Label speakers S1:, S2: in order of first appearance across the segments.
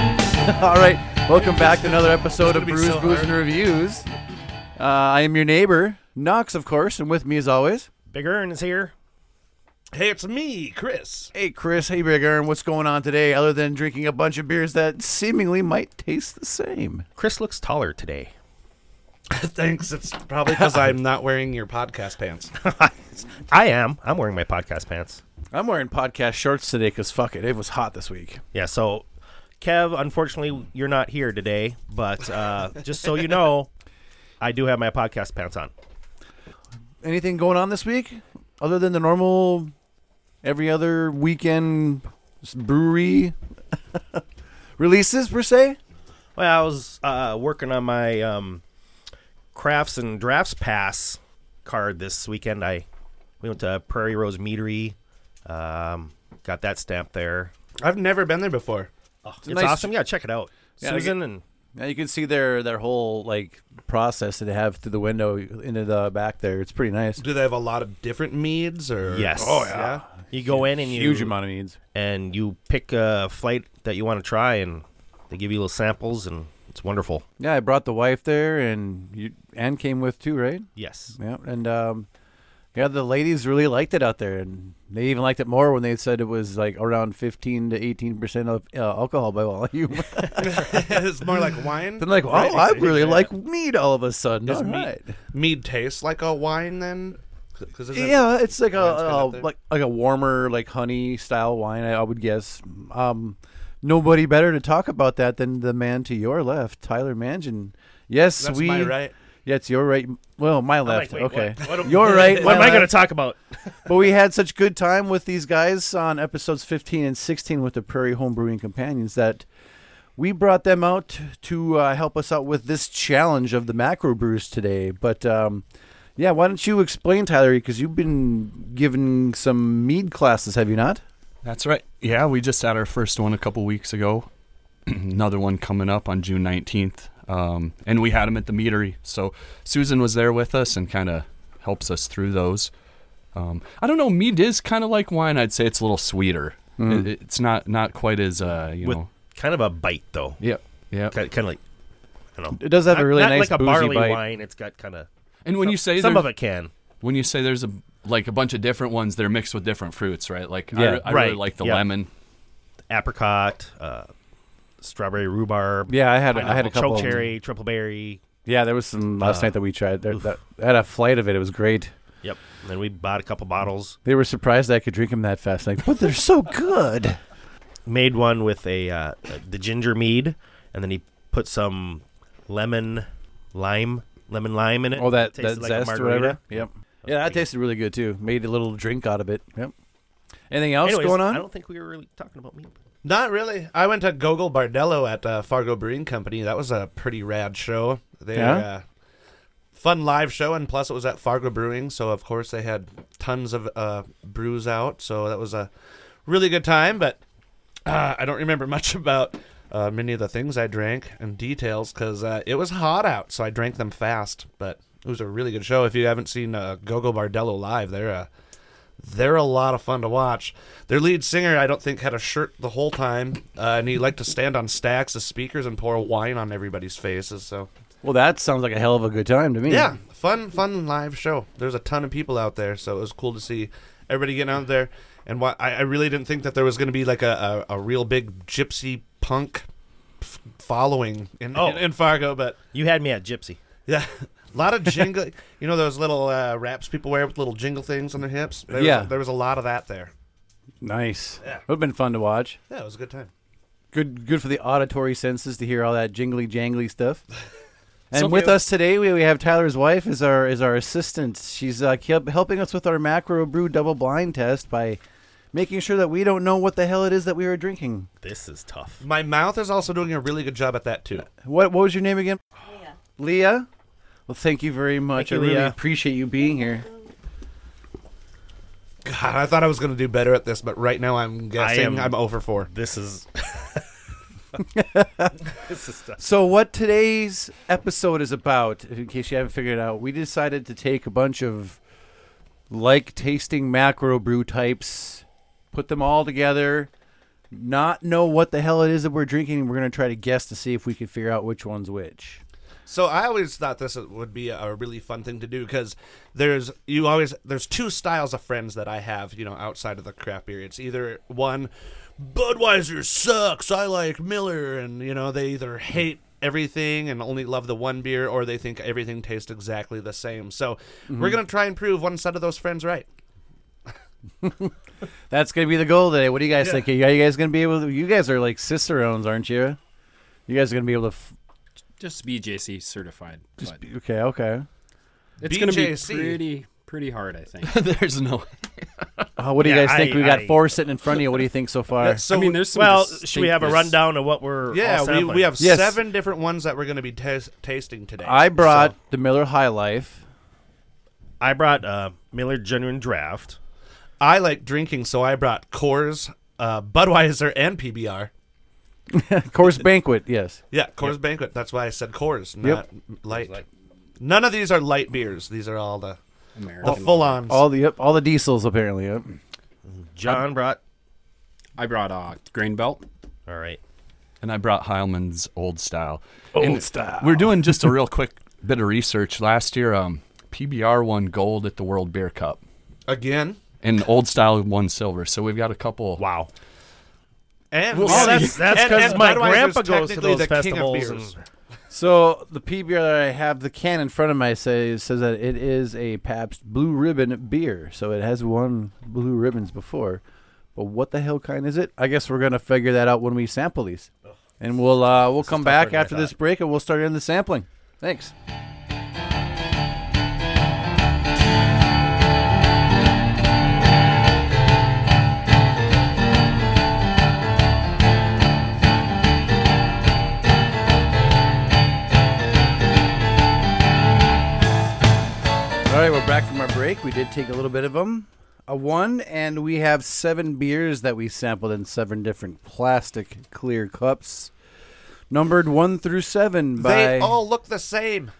S1: All right, welcome back to another episode
S2: It's
S1: of
S2: gonna be
S1: Brews,
S2: so
S1: Booze,
S2: hard.
S1: and Reviews. Uh, I am your neighbor, Knox, of course, and with me as always.
S3: Big Earn is here.
S2: Hey, it's me, Chris.
S1: Hey, Chris. Hey, Big Aaron. What's going on today other than drinking a bunch of beers that seemingly might taste the same?
S3: Chris looks taller today.
S2: Thanks. It's probably because I'm not wearing your podcast pants.
S3: I am. I'm wearing my podcast pants.
S1: I'm wearing podcast shorts today because fuck it. It was hot this week.
S3: Yeah, so Kev, unfortunately, you're not here today, but uh, just so you know, I do have my podcast pants on.
S1: Anything going on this week other than the normal every other weekend s- brewery releases, per se?
S3: Well, I was uh, working on my um, crafts and drafts pass card this weekend. I we went to Prairie Rose Meadery, um, got that stamp there.
S2: I've never been there before.
S3: It's,
S1: nice-
S3: awesome. Yeah, check it out.
S1: Yeah, I
S3: Susan and
S1: Now you can see their their whole like process that they have through the window into the back there. It's pretty nice.
S2: Do they have a lot of different meads or?
S3: yes,
S2: Oh yeah.
S3: You go in and you
S1: Huge amount of needs.
S3: and you pick a flight that you want to try, and they give you little samples, and it's wonderful.
S1: Yeah, I brought the wife there, and you Anne came with too, right?
S3: Yes.
S1: Yeah, and um, yeah, the ladies really liked it out there, and they even liked it more when they said it was like around fifteen to eighteen percent of uh, alcohol by volume.
S2: it's more like wine.
S1: Then like, oh,
S2: right?
S1: I really like mead all of a sudden.
S2: Does
S1: All
S2: mead-
S1: right.
S2: mead tastes like a wine then? Because
S1: Yeah, it's like a,
S2: Wine's good
S1: a
S2: out there?
S1: like like a warmer like honey style wine. I, I would guess. Um, nobody better to talk about that than the man to your left, Tyler Mangin. Yes,
S2: That's
S1: we.
S2: my right.
S1: Yeah, it's your right. Well, my left.
S3: wait,
S1: okay,
S3: what- what-
S1: your right.
S3: What am I going to
S1: to?
S3: talk about?
S1: But we had such good time with these guys on episodes 15 and 16 with the Prairie Home Brewing Companions that we brought them out to uh, help us out with this challenge of the macro brews today. But um, yeah, why don't you explain, Tyler? Because you've been giving some mead classes, have you not?
S4: That's right. Yeah, we just had our first one a couple weeks ago. Another one coming up on June 19th. Um, and we had them at the meadery. So Susan was there with us and kind of helps us through those. Um, I don't know. Mead is kind of like wine. I'd say it's a little sweeter. It- it's not not quite as uh, you
S3: Mm. With
S4: know.
S3: kind of a bite, though.
S4: Yep. Yep.
S3: Kind, kind of like, I don't know.
S1: It does have a really
S3: Not
S1: nice
S3: like a
S1: boozy
S3: barley
S1: bite.
S3: wine. It's got kind of.
S4: And when you say
S3: some
S4: there's-
S3: of it can.
S4: when you say there's a like a bunch of different ones, they're mixed with different fruits, right? Like I,
S1: Yeah,
S4: re- I
S3: right,
S4: really like the
S3: yeah.
S4: lemon.
S3: Apricot, uh, strawberry rhubarb.
S1: Yeah, I had I had a
S3: pineapple, Uh,
S1: couple. of them.
S3: Chokecherry, triple berry.
S1: Yeah, there was some last night that we tried. There, that, I had a flight of it. It was great.
S3: Yep. And then we bought a couple bottles.
S1: They were surprised I could drink them that fast. Like, but they're so good.
S3: Made one with a uh, the ginger mead, and then he put some lemon lime, lemon lime in it.
S1: Oh, that,
S3: Tasted
S1: that
S3: like a
S1: zest or
S3: margarita.
S1: whatever. Yep. Yeah, that tasted really good too. Made a little drink out of it. Yep. Anything else
S3: Anyways,
S1: going
S3: I
S1: on?
S3: don't think we were really talking about mead.
S2: Not really. I went to Gogol Bardello at uh, Fargo Brewing Company. That was a pretty rad show. They
S1: Yeah?
S2: uh, fun live show, and plus it was at Fargo Brewing, so of course they had tons of uh, brews out. So that was a really good time. But uh, I don't remember much about uh, many of the things I drank and details because uh, it was hot out, so I drank them fast. But it was a really good show. If you haven't seen uh, Gogo Bardello live, they're uh, they're a lot of fun to watch. Their lead singer, I don't think, had a shirt the whole time, uh, and he liked to stand on stacks of speakers and pour wine on everybody's faces. So
S1: Well, that sounds like a hell of a good time to me.
S2: yeah, fun, fun live show. There's a ton of people out there, so it was cool to see everybody getting out there. And why I, I really didn't think that there was going to be like a, a, a real big gypsy punk f- following in,
S3: Oh.
S2: in in Fargo, but
S3: You had me at Gypsy.
S2: yeah. A lot of jingle, you know those little uh, wraps people wear with little jingle things on their hips. There
S1: Yeah.
S2: was, there was a lot of that there.
S1: Nice.
S2: Yeah.
S1: Would have been fun to watch.
S2: Yeah, it was a good time.
S1: Good, good for the auditory senses to hear all that jingly jangly stuff. And
S4: Something
S1: with
S4: else-
S1: us today, we, we have Tyler's wife is our is our assistant. She's uh, kept helping us with our macro brew double blind test by making sure that we don't know what the hell it is that we were drinking.
S3: This is tough.
S2: My mouth is also doing a really good job at that too.
S1: What what was your name again? Leah. Leah. Well, thank you very much.
S3: you,
S1: I really
S3: Leah.
S1: appreciate you being here.
S2: God, I thought I was going to do better at this, but right now I'm guessing
S3: am-
S2: I'm over four.
S3: This is. this is tough.
S1: So, what today's episode is about, in case you haven't figured it out, we decided to take a bunch of like tasting macro brew types, put them all together, not know what the hell it is that we're drinking, and we're gonna try to guess to see if we can figure out which one's which.
S2: So I always thought this would be a really fun thing to do because there's you always there's two styles of friends that I have you know outside of the craft beer. It's either one, Budweiser sucks. I like Miller, and you know they either hate everything and only love the one beer, or they think everything tastes exactly the same. So we're
S5: Mm-hmm.
S2: gonna try and prove one set of those friends right.
S1: That's gonna be the goal today. What do you guys
S2: Yeah.
S1: think? Are you guys gonna be able? To, you guys are like cicerones, aren't you? You guys are gonna be able to. F-
S5: Just BJC certified.
S1: just
S5: but
S1: be, okay, okay.
S5: it's going to be
S2: BJC.
S5: pretty pretty hard, I think.
S4: There's no.
S1: Uh, what do you
S3: Yeah,
S1: guys think?
S3: I-
S1: we got
S3: I-
S1: four sitting in front of you. What do you think so far?
S2: so
S5: Uh, I mean, there's some
S3: Well, should we have a
S5: distinctness.
S3: rundown of what we're?
S2: yeah,
S3: all
S2: we, we
S3: sampling?
S2: have
S1: Yes.
S2: seven different ones that we're gonna be tas tasting today.
S1: I brought
S2: So-
S1: the Miller High Life.
S3: I brought uh, Miller Genuine Draft.
S2: I like drinking, so I brought Coors, uh, Budweiser, and PBR.
S1: Course Banquet, yes.
S2: Yeah, Coors Banquet. That's why I said Coors, not light. None of these are light beers. These are all the the
S5: American.
S2: full ons.
S1: All the yep, all the diesels apparently. Yep.
S3: John brought.
S5: I brought uh, grain belt.
S3: All right.
S4: And I brought Heilman's old style. Old style. We're doing just a real quick bit of research. Last year, um, PBR won gold at the World Beer Cup,
S2: again.
S4: and old style won silver. So we've got a couple.
S3: Wow.
S2: And
S3: Oh, that's that's
S2: and-
S3: because
S2: and
S3: my
S2: Budweiser's
S3: grandpa goes to
S2: technically
S3: those
S2: the king of
S3: festivals.
S2: beers.
S3: and-
S1: So the PBR that I have the can in front of my says says that it is a Pabst Blue Ribbon beer. So it has won blue ribbons before. But what the hell kind is it? I guess we're gonna figure that out when we sample these. And we'll uh, we'll come back after this break and we'll start in the sampling. Thanks. All right, we're back from our break. We did take a little bit of them. A one, and we have seven beers that we sampled in seven different plastic clear cups, numbered one through seven by.
S2: They all look the same.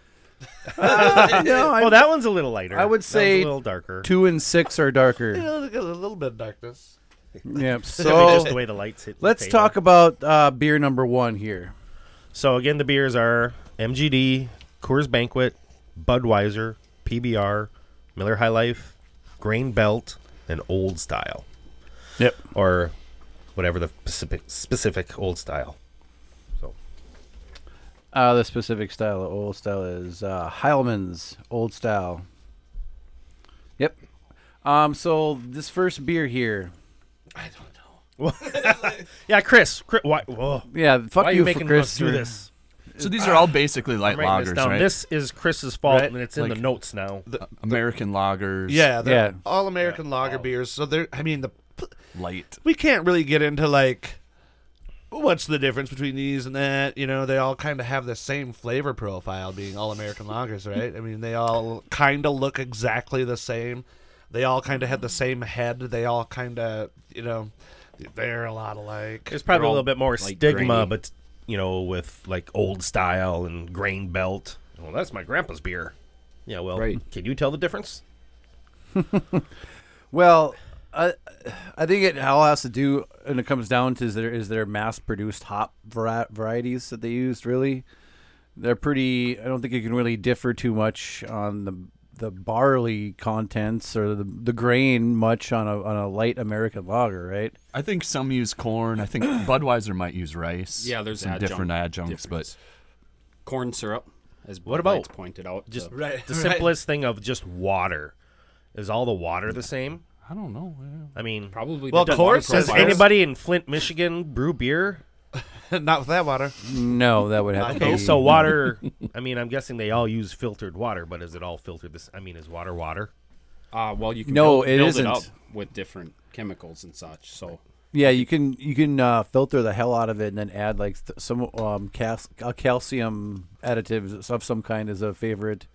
S1: no, I,
S3: Well, that one's a little lighter.
S1: I would
S3: That one's
S1: say
S3: a little darker.
S1: two and six are darker.
S2: Yeah, look at A little bit of darkness.
S1: yep.
S3: Maybe just the
S1: So
S3: way the lights hit. the
S1: let's
S3: table.
S1: talk about uh, beer number one here.
S3: So again, the beers are MGD, Coors Banquet, Budweiser, PBR, Miller High Life, Grain Belt, and Old Style.
S1: Yep.
S3: Or whatever the specific specific Old Style.
S1: Uh, the specific style, the old style is uh, Heilman's Old Style. Yep. Um, so this first beer here,
S2: I don't know.
S3: Yeah, Chris. Chris why, whoa.
S1: yeah, fuck
S3: why are
S1: you,
S3: you
S1: for
S3: making
S1: Chris.
S3: us do
S1: you're-
S3: this?
S4: So these are all basically light
S3: I'm writing this
S4: lagers,
S3: down.
S4: right?
S3: This is Chris's fault,
S2: Right.
S3: and it's in
S4: Like-
S3: the notes now.
S4: American lagers.
S2: Yeah, they're
S1: Yeah.
S2: all American lager beers. So they're. I mean, the
S4: Light.
S2: we can't really get into like what's the difference between these and that. You know, they all kind of have the same flavor profile, being all American lagers, right? I mean, they all kind of look exactly the same. They all kind of have the same head. They all kind of, you know, they're a lot alike.
S3: There's probably a
S5: all,
S3: little bit more
S5: like,
S3: stigma,
S5: grainy.
S3: but you know, with like Old Style and Grain Belt. Well, that's my grandpa's beer. Yeah, well,
S5: Right.
S3: can you tell the difference?
S1: Well, I, I think it all has to do, and it comes down to is there is there mass produced hop vari- varieties that they used. Really, they're pretty. I don't think you can really differ too much on the the barley contents or the, the grain much on a on a light American lager, right?
S4: I think some use corn. I think Budweiser might use rice.
S5: Yeah, there's
S4: some
S5: adjunct
S4: different adjuncts,
S5: difference. corn syrup, as what
S3: about-
S5: pointed out. uh,
S3: just-
S5: the-
S2: right.
S3: The simplest thing of just water. Is all the water the same?
S4: but I don't know. man.
S3: I mean,
S5: probably
S2: Well,
S5: different
S2: corn
S5: water
S2: says
S3: does
S5: profiles.
S3: anybody in Flint, Michigan brew beer?
S2: Not with that water.
S1: No, that would have to
S3: Okay,
S1: be.
S3: so water. I mean, I'm guessing they all use filtered water, but is it all filtered? This, I mean, is water water?
S5: Uh, well, you can
S1: No,
S5: build,
S1: it
S5: build
S1: isn't.
S5: up with different chemicals and such. So
S1: Yeah, you can you can uh, filter the hell out of it and then add like th- some um, cal- uh, calcium additives of some kind is a favorite.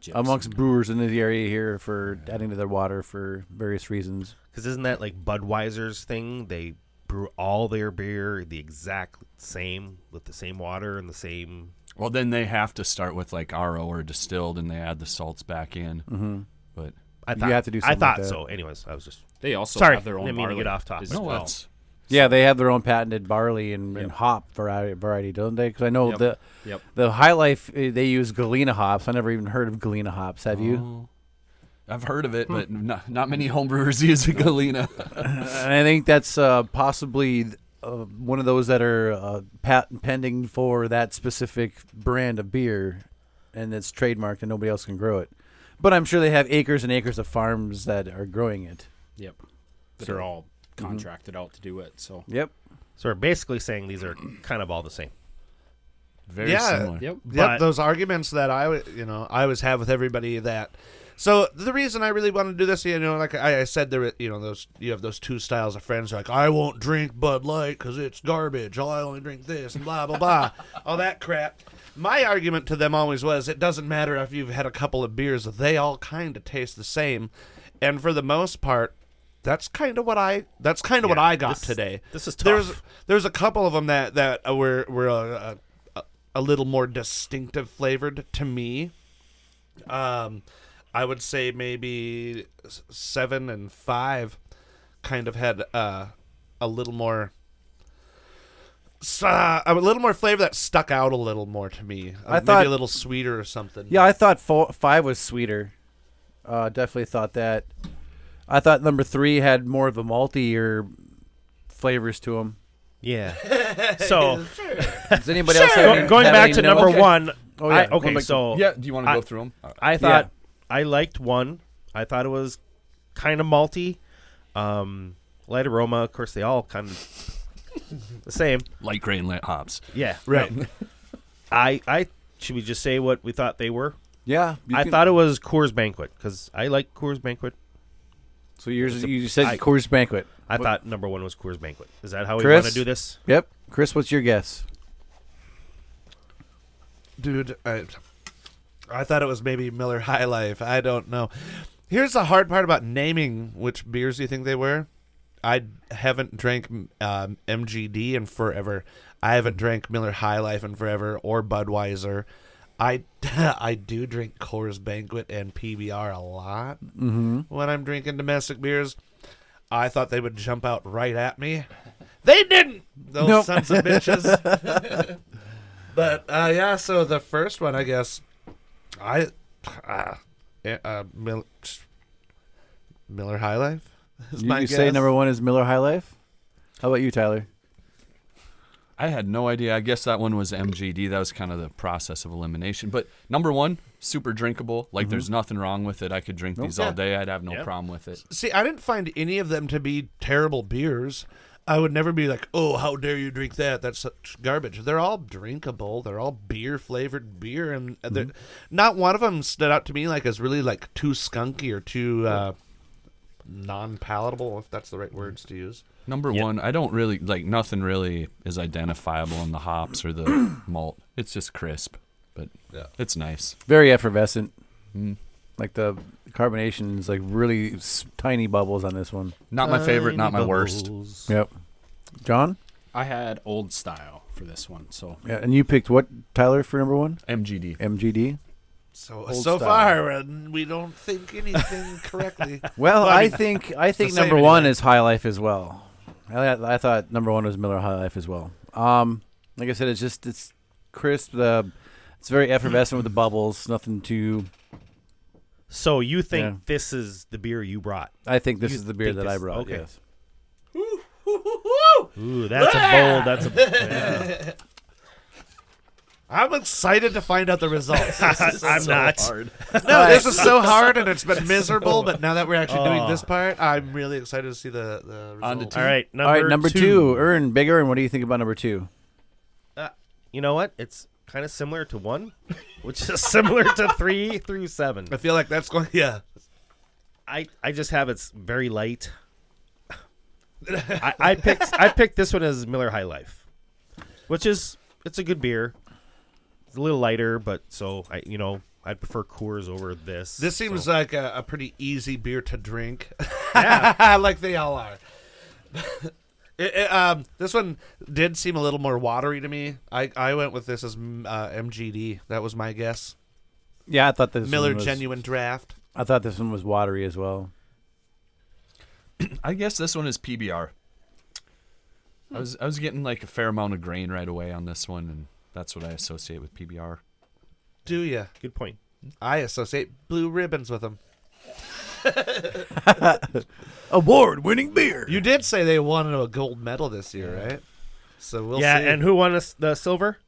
S5: gypsum.
S1: amongst brewers in the area here for adding to their water for various reasons.
S3: Because isn't that like Budweiser's thing? They brew all their beer the exact same with the same water and the same.
S4: Well, then they have to start with like RO or distilled, and they add the salts back in. Mm-hmm. But
S3: I
S1: You
S3: thought
S1: have to do
S3: I
S1: something like
S3: thought
S1: that.
S3: so. Anyways, I was just
S5: they also
S3: Sorry,
S5: have their own
S3: didn't mean to
S5: barley
S3: get off topic.
S5: as
S4: no,
S5: well.
S4: that's
S1: Yeah, they have their own patented barley and, and hop variety, variety, don't they? Because I know
S5: Yep.
S1: the
S5: Yep.
S1: the High Life uh, they use Galena hops. I never even heard of Galena hops. Have you?
S4: I've heard of it,
S3: Hmm.
S4: but not, not many homebrewers use a Galena.
S1: And I think that's uh, possibly uh, one of those that are uh, patent pending for that specific brand of beer, and it's trademarked and nobody else can grow it. But I'm sure they have acres and acres of farms that are growing it.
S5: Yep. They're all
S3: Mm-hmm.
S5: contracted out to do it. So.
S1: Yep.
S3: So we're basically saying these are kind of all the same.
S4: Very
S2: Yeah.
S4: similar.
S5: Yep.
S2: yep,
S3: But-
S2: those arguments that I, w- you know, I always have with everybody that. So the reason I really want to do this, you know, like I, I said, there, were- you know, those you have those two styles of friends, like I won't drink Bud Light because it's garbage. I only drink this, and blah blah blah, all that crap. My argument to them always was, it doesn't matter if you've had a couple of beers; they all kind of taste the same, and for the most part, that's kind of what I that's kind of what
S3: Yeah,
S2: I got
S3: this-
S2: today.
S3: this is
S2: There's
S3: tough.
S2: there's a couple of them that that uh, were were uh, uh, a little more distinctive flavored to me. Um, I would say maybe s- seven and five kind of had uh, a little more. s- Uh, a little more flavor that stuck out a little more to me. Uh,
S1: I
S2: maybe
S1: thought-
S2: a little sweeter or something.
S1: Yeah, I thought four, five was sweeter. Uh, definitely thought that. I thought number three had more of a maltier flavors to them.
S3: Yeah. so
S1: Does anybody else have
S3: go-
S1: any-
S3: going
S1: have
S3: back
S1: any
S3: to
S1: notes?
S3: number
S1: Okay.
S3: one.
S1: Oh,
S3: I-
S1: yeah.
S3: okay. So
S4: yeah. Do you want to
S3: I-
S4: go through them?
S3: I thought I liked one. I thought it was kind of malty, um, light aroma. Of course, they all kind of the same.
S4: Light grain, light hops.
S3: Yeah. Right. I I should we just say what we thought they were?
S1: Yeah, you
S3: I
S1: can-
S3: thought it was Coors Banquet because I like Coors Banquet.
S1: so. Yours, you said
S3: I-
S1: Coors Banquet.
S3: I thought number one was Coors Banquet. Is that how we
S1: Chris?
S3: want to do this?
S1: Yep, Chris, what's your guess?
S2: dude I, I thought it was maybe miller high life i don't know here's the hard part about naming which beers you think they were i haven't drank um, mgd in forever i haven't drank miller high life in forever or budweiser I, I do drink Coors Banquet and PBR a lot when I'm drinking domestic beers. I thought they would jump out right at me. They didn't. Those
S1: Nope.
S2: sons of bitches. But uh, yeah, so the first one, I guess, I uh, eh, uh, Mil- Miller High Life. Is
S1: You,
S2: my
S1: you say
S2: guess.
S1: number one is Miller High Life. How about you, Tyler?
S4: I had no idea. I guess that one was MGD. That was kind of the process of elimination. But number one, super drinkable. Like there's nothing wrong with it. I could drink these all day. I'd have no
S3: Yeah.
S4: problem with it.
S2: See, I didn't find any of them to be terrible beers. I would never be like, "Oh, how dare you drink that? That's such garbage." They're all drinkable. They're all beer flavored beer, and they're
S1: Mm-hmm.
S2: not one of them stood out to me like as really like too skunky or too uh, non palatable, if that's the
S1: Mm-hmm.
S2: right words to use.
S4: Number one, I don't really like nothing really is identifiable in the hops or the malt. It's just crisp, but
S2: Yeah.
S4: it's nice.
S1: Very effervescent. Hmm. Like the carbonation is like really s- tiny bubbles on this one.
S4: Not my favorite, not my worst.
S1: Yep. John,
S5: I had old style for this one. So.
S1: yeah, and you picked what Tyler for number one?
S4: MGD.
S1: MGD.
S2: So
S1: Old
S2: so
S1: style.
S2: far, and we don't think anything correctly.
S1: Well,
S2: Well, I
S1: I,
S2: mean,
S1: think I think
S2: same
S1: number
S2: anyway.
S1: one is High Life as well. I, I thought number one was Miller High Life as well. Um, like I said, it's just it's crisp. The it's very effervescent with the bubbles. Nothing too.
S3: So you think
S1: Yeah.
S3: this is the beer you brought?
S1: I think this
S3: You
S1: is the beer
S3: think
S1: that I
S3: this-
S1: brought.
S3: okay.
S1: Yes.
S3: Ooh, that's a bold. That's a.
S2: I'm excited to find out the results.
S3: I'm not.
S2: no, this is so hard and it's been miserable, but now that we're actually doing this part, I'm really excited to see the, the
S4: On to
S2: results.
S4: two.
S3: All right, number
S1: All right, number two, Earn Big Earn. What do you think about number two?
S3: Uh, you know what? It's kind of similar to one, which is similar to three through seven.
S2: I feel like that's going, yeah.
S3: I I just have it's very light. I, I picked I picked this one as Miller High Life, which is it's a good beer. It's a little lighter, but so I you know I'd prefer Coors over this.
S2: This seems
S3: so.
S2: like a, a pretty easy beer to drink,
S3: yeah.
S2: like they all are. It- it, um, this one did seem a little more watery to me. I, I went with this as mm, uh, MGD. That was my guess.
S1: Yeah, I thought this
S2: Miller
S1: one was,
S2: Genuine Draft.
S1: I thought this one was watery as well.
S4: Oh. I guess this one is PBR. I was I was getting like a fair amount of grain right away on this one, and that's what I associate with PBR.
S2: Do you?
S3: Good point.
S2: I associate blue ribbons with them.
S1: Award-winning beer.
S2: You did say they won a gold medal this year, right? So we'll
S3: yeah,
S2: see.
S3: and who won us the silver?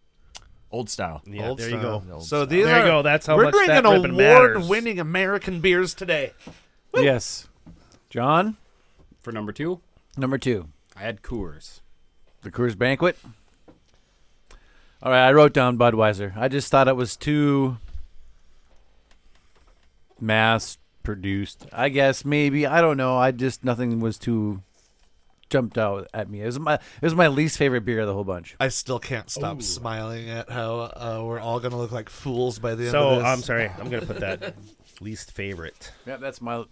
S4: Old style.
S3: Yeah,
S2: Old
S3: there you
S2: style.
S3: go.
S4: Old
S2: So
S4: style.
S2: these
S3: There you
S2: are-
S3: go, that's how
S2: we're
S3: much
S2: drinking
S3: that ribbon matters.
S2: award-winning American beers today.
S1: Yes. John,
S5: For number two,
S1: number two,
S5: I had Coors.
S1: the Coors Banquet. All right, I wrote down Budweiser. I just thought it was too mass produced. I guess maybe I don't know. I just nothing was too jumped out at me. It was my it was my least favorite beer of the whole bunch.
S2: I still can't stop smiling at how uh, we're all gonna look like fools by the end of
S3: So
S2: this.
S3: I'm sorry, I'm gonna put that least favorite.
S1: Yeah, that's my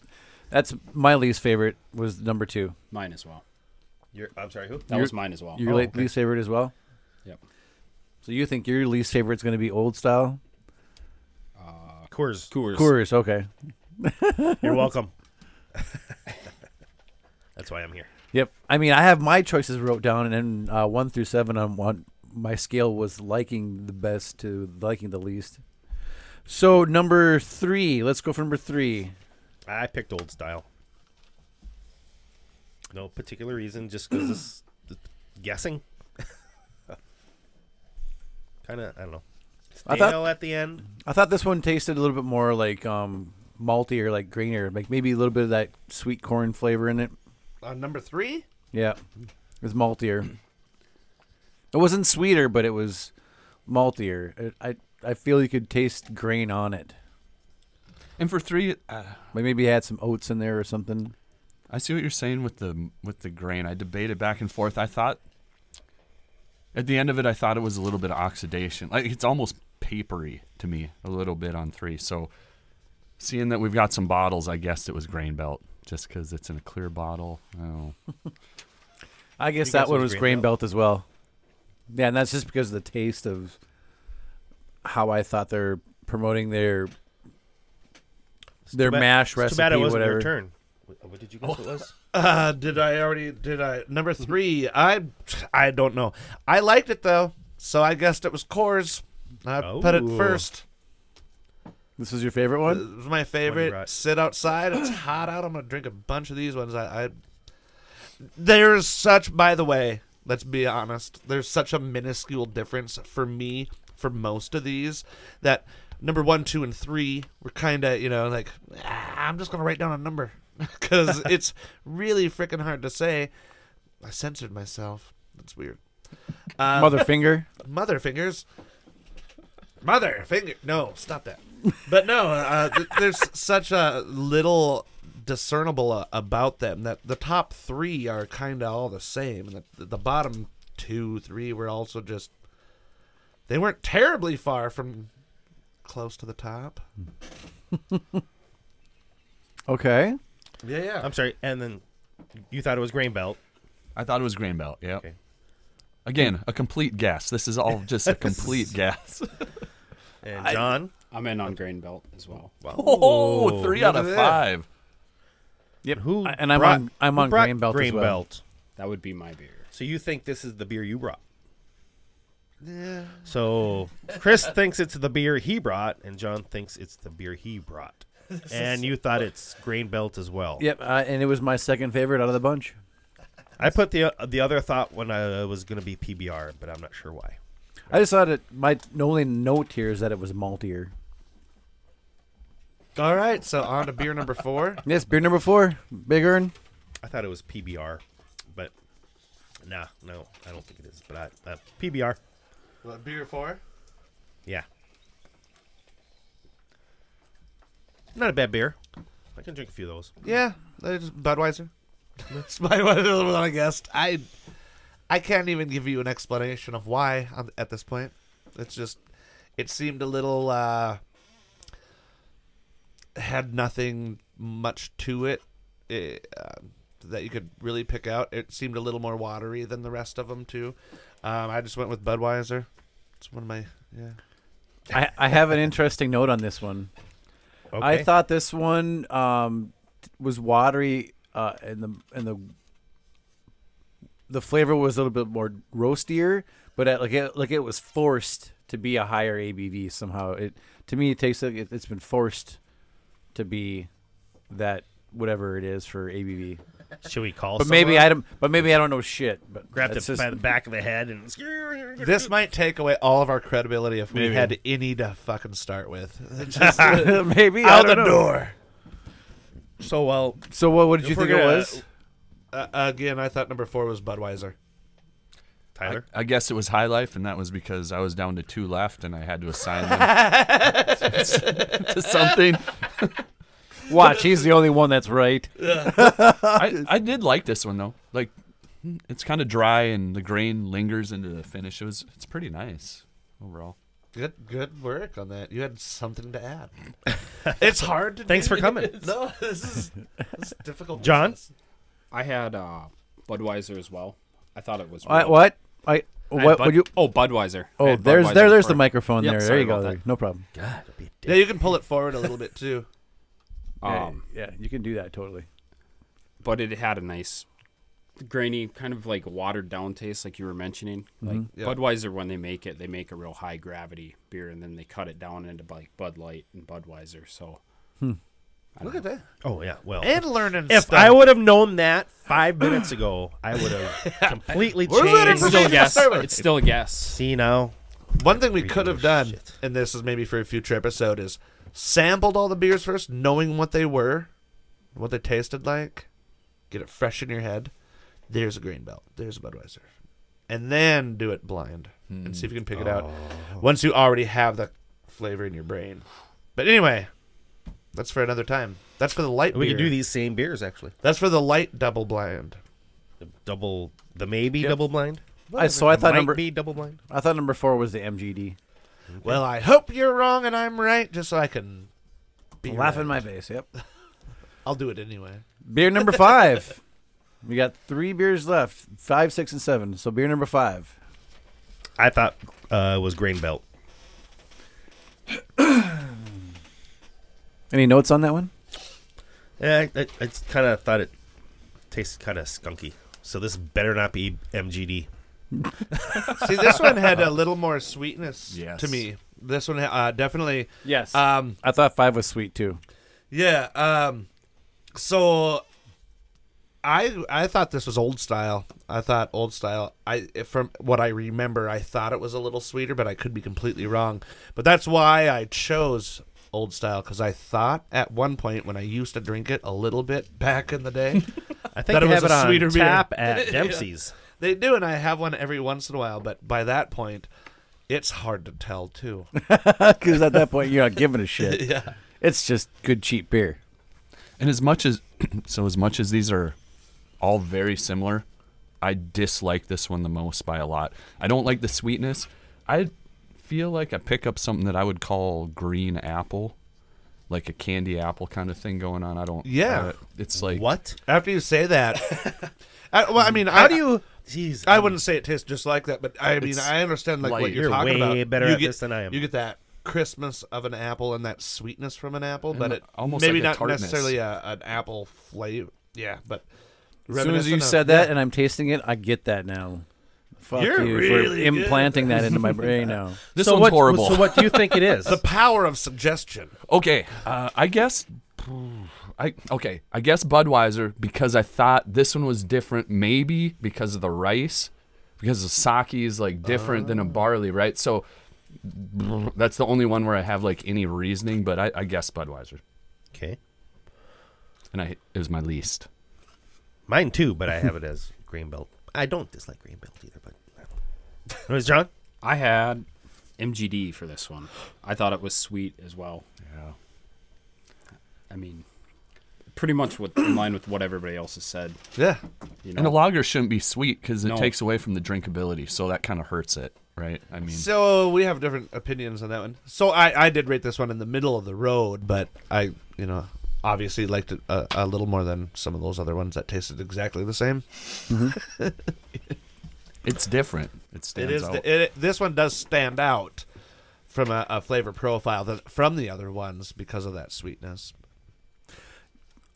S1: that's my least favorite was number two.
S5: Mine as well.
S3: You're, I'm sorry, who?
S5: That
S1: You're-
S5: was mine as well.
S1: Your
S3: Oh,
S1: la-
S3: okay.
S1: least favorite as well.
S5: Yep.
S1: So you think your least favorite's going to be old style?
S3: Coors.
S5: Coors.
S1: Coors, okay.
S3: You're welcome. That's why I'm here.
S1: Yep. I mean, I have my choices wrote down, and then uh, one through seven on one. My scale was liking the best to liking the least. So number three, let's go for number three.
S3: I picked old style. No particular reason, just because it's guessing. kind of, I don't know.
S1: I
S3: Stale
S1: thought-
S3: at the end.
S1: I thought this one tasted a little bit more like um, malty or like grainier, like maybe a little bit of that sweet corn flavor in it.
S3: um,
S2: on Uh, number three.
S1: Yeah, it was maltier. It wasn't sweeter, but it was maltier. It, I I feel you could taste grain on it.
S4: And for three, uh,
S1: Like maybe it had some oats in there or something.
S4: I see what you're saying with the with the grain. I debated back and forth. I thought at the end of it, I thought it was a little bit of oxidation. Like it's almost papery to me a little bit on three. So seeing that we've got some bottles, I guessed it was grain belt just because it's in a clear bottle. Oh,
S1: I guess
S3: You guys
S1: that one was
S3: was Grain
S1: grain belt. as well. Yeah, and that's just because of the taste of how I thought they're promoting their their
S3: bad-
S1: mash
S3: It's
S1: recipe,
S3: too bad it wasn't
S1: whatever.
S3: your turn. What, what did you guess it was?
S2: Uh, did I already? Did I number three? I I don't know. I liked it though, so I guessed it was Coors. I put it
S3: Oh.
S2: first.
S1: This is your favorite
S2: It
S1: one.
S2: was my
S3: brought.
S2: favorite. Sit outside. It's hot out. I'm gonna drink a bunch of these ones. I, I there's such. By the way, let's be honest. There's such a minuscule difference for me for most of these that number one, two, and three were kind of you know like "Ah, I'm just gonna write down a number because it's really freaking hard to say. I censored myself. That's weird. Um,
S1: Motherfinger.
S2: mother fingers mother finger no stop that but no uh, th- there's such a little discernible uh, about them that the top three are kind of all the same and the, the bottom two three were also just they weren't terribly far from close to the top
S1: Okay.
S2: yeah yeah
S1: Oh.
S3: I'm sorry. And then you thought it was grain belt.
S4: I thought it was grain belt. Yeah.
S3: Okay.
S4: Again, a complete guess. This is all just a complete guess.
S3: And John,
S5: I'm in on Grain Belt as well.
S4: Oh, three out
S2: look
S4: of
S2: at that.
S4: five.
S1: Yep.
S3: who
S1: And I'm
S3: brought-
S1: on I'm
S3: who
S1: on
S3: brought
S1: grain belt
S3: Grain
S1: as well.
S3: belt.
S5: That would be my beer.
S3: So you think this is the beer you brought?
S2: yeah
S3: So Chris thinks it's the beer he brought, and John thinks it's the beer he brought. And you thought it's grain belt as well.
S1: Yep, uh, and it was my second favorite out of the bunch.
S3: I put the the other thought when I was going to be PBR, but I'm not sure why.
S1: I just thought it. My only note here is that it was maltier.
S2: all right so on to beer number four
S1: Yes, beer number four, Big Earn.
S3: I thought it was PBR, but nah, no, I don't think it is. But I, uh, PBR,
S2: Well, beer four
S3: yeah, not a bad beer. I can drink a few of those.
S2: Yeah, there's Budweiser. That's my one the other one I guessed. I I can't even give you an explanation of why um, at this point. It's just it seemed a little uh had nothing much to it. it um, that you could really pick out. It seemed a little more watery than the rest of them too. Um, I just went with Budweiser. It's one of my yeah.
S1: I, I have an interesting note on this one.
S3: Okay.
S1: I thought this one um, was watery uh, in the in the the flavor was a little bit more roastier, but at, like it, like it was forced to be a higher ABV somehow. It to me it tastes like it, it's been forced to be that whatever it is for ABV.
S3: Should we call?
S1: But maybe
S3: someone?
S1: I don't. But maybe I don't know shit. But
S3: grabbed it
S1: that's just-
S3: by the back of the head and.
S2: This might take away all of our credibility if we
S1: Maybe.
S2: had any to fucking start with. Just
S1: maybe I
S2: out the
S1: don't know.
S2: door. So well,
S1: So what, what did
S2: If
S1: you
S2: we're
S1: think it
S2: gonna-
S1: was?
S2: uh, again, I thought number four was Budweiser.
S3: Tyler.
S4: I guess it was High Life, and that was because I was down to two left, and I had to assign them to something.
S1: Watch, he's the only one that's right.
S4: I, I did like this one though. Like, mm, it's kind of dry, and the grain lingers into the finish. It was, it's pretty nice overall.
S2: Good, good work on that. You had something to add. it's hard. To
S3: Thanks
S2: do.
S3: for coming.
S2: No, this is, this is difficult.
S3: John?
S2: business.
S5: I had uh, Budweiser as well. I thought it was.
S1: I,
S5: really-
S1: what? I what?
S5: Bud-
S1: would you?
S5: Oh, Budweiser. I
S1: Oh,
S5: had
S1: there's
S5: Budweiser
S1: there, there's
S5: for-
S1: the microphone
S5: Yep,
S1: there. There
S5: sorry
S1: you go.
S5: about
S1: There.
S5: that.
S1: No problem.
S2: Yeah, you can pull it forward a little bit too.
S5: Um,
S1: yeah, you can do that totally.
S5: but it had a nice grainy kind of like watered down taste like you were mentioning
S1: Mm-hmm.
S5: like
S2: Yeah.
S5: budweiser when they make it they make a real high gravity beer and then they cut it down into like bud light and budweiser so
S2: Look at that.
S3: Oh yeah. Well.
S2: And learning
S3: if
S2: stuff.
S3: I would have known that five minutes ago, I would have completely
S2: Where's that
S3: changed.
S5: it's still a
S2: Information to
S5: guess
S2: start with.
S5: it's still a guess
S3: See now,
S2: One thing we could
S3: Oh,
S2: have done,
S3: shit.
S2: and this is maybe for a future episode, is sampled all the beers first, knowing what they were, what they tasted like, get it fresh in your head. There's a Greenbelt. There's a Budweiser. And then do it blind and see if you can pick it out
S3: Hmm.
S2: once you already have the flavor in your brain. But anyway, that's for another time. That's for the light
S3: we
S2: beer.
S3: could do these same beers actually.
S2: That's for the light double blind.
S3: The double, the maybe double blind.
S1: I, so I
S3: The
S1: thought
S3: might
S1: number
S3: be double blind.
S1: I thought number four was the MGD.
S2: Well, I hope you're wrong and I'm right, just so I can be
S1: Laugh in
S2: right.
S1: my face. Yep.
S2: I'll do it anyway.
S1: Beer number five. we got three beers left. Five, six, and seven. So beer number five.
S3: I thought uh, was grain belt.
S1: Any notes on that one?
S3: Yeah, I, I, I kind of thought it tasted kind of skunky. So this better not be MGD.
S2: See, this one had a little more sweetness
S4: Yes.
S2: to me. This one uh, definitely.
S1: Yes.
S5: Uh,
S2: Um,
S1: I thought five was sweet too.
S2: yeah. Um, so I I thought this was old style. I thought old style. I from what I remember, I thought it was a little sweeter, but I could be completely wrong. But that's why I chose old style because I thought at one point when I used to drink it a little bit back in the day,
S3: I
S2: That
S3: think they
S2: it was
S3: have it
S2: a
S3: on
S2: sweeter beer.
S3: tap at Dempsey's.
S2: they do, and I have one every once in a while. But by that point, it's hard to tell too.
S1: Because at that point you're not giving a shit. yeah. It's just good cheap beer.
S4: And as much as so as much as these are all very similar, I dislike this one the most by a lot. I don't like the sweetness. I feel like I pick up something that I would call green apple, like a candy apple kind of thing going on. I don't.
S2: Yeah.
S4: uh, it's like
S3: What?
S2: After you say that, I, well, I mean,
S3: How
S2: I,
S3: do you? Jeez,
S2: I wouldn't say it tastes just like that, but I mean,
S4: It's
S2: I understand like what
S4: light.
S2: you're,
S3: You're
S2: talking
S3: way
S2: about.
S3: better
S2: you
S3: at this than I am.
S2: You get that crispness of an apple and that sweetness from an apple, but it
S4: almost
S2: maybe
S4: like a
S2: not
S4: tartness.
S2: necessarily a, an apple flavor. Yeah, but
S1: As soon as
S2: reminiscent
S1: you
S2: of-
S1: said that, and I'm tasting it, I get that now. Fuck
S2: You're
S1: you for
S2: really good.
S1: implanting that into my brain now.
S4: this
S3: so
S4: one's
S3: what,
S4: horrible.
S3: So what do you think it is?
S2: the power of suggestion.
S4: Okay, uh, I guess. I okay. I guess Budweiser because I thought this one was different. Maybe because of the rice, because the sake is like different
S5: Oh.
S4: than a barley, right? So that's the only one where I have like any reasoning. But I, I guess Budweiser,
S3: okay,
S4: and I it was my least.
S3: mine too, but I have it as grain belt. I don't dislike grain belt either, but. Anyways, John.
S5: i had mgd for this one i thought it was sweet as well
S4: Yeah.
S5: i mean pretty much what in line with what everybody else has said
S2: Yeah,
S5: you know
S4: And a lager shouldn't be sweet because it
S5: No.
S4: takes away from the drinkability, so that kind of hurts it, right? I mean,
S2: so we have different opinions on that one. So I, I did rate this one in the middle of the road, but I you know obviously liked it a, a little more than some of those other ones that tasted exactly the same.
S4: it's different. It stands
S2: It is.
S4: out.
S2: The, it, this one does stand out from a, a flavor profile that, from the other ones because of that sweetness.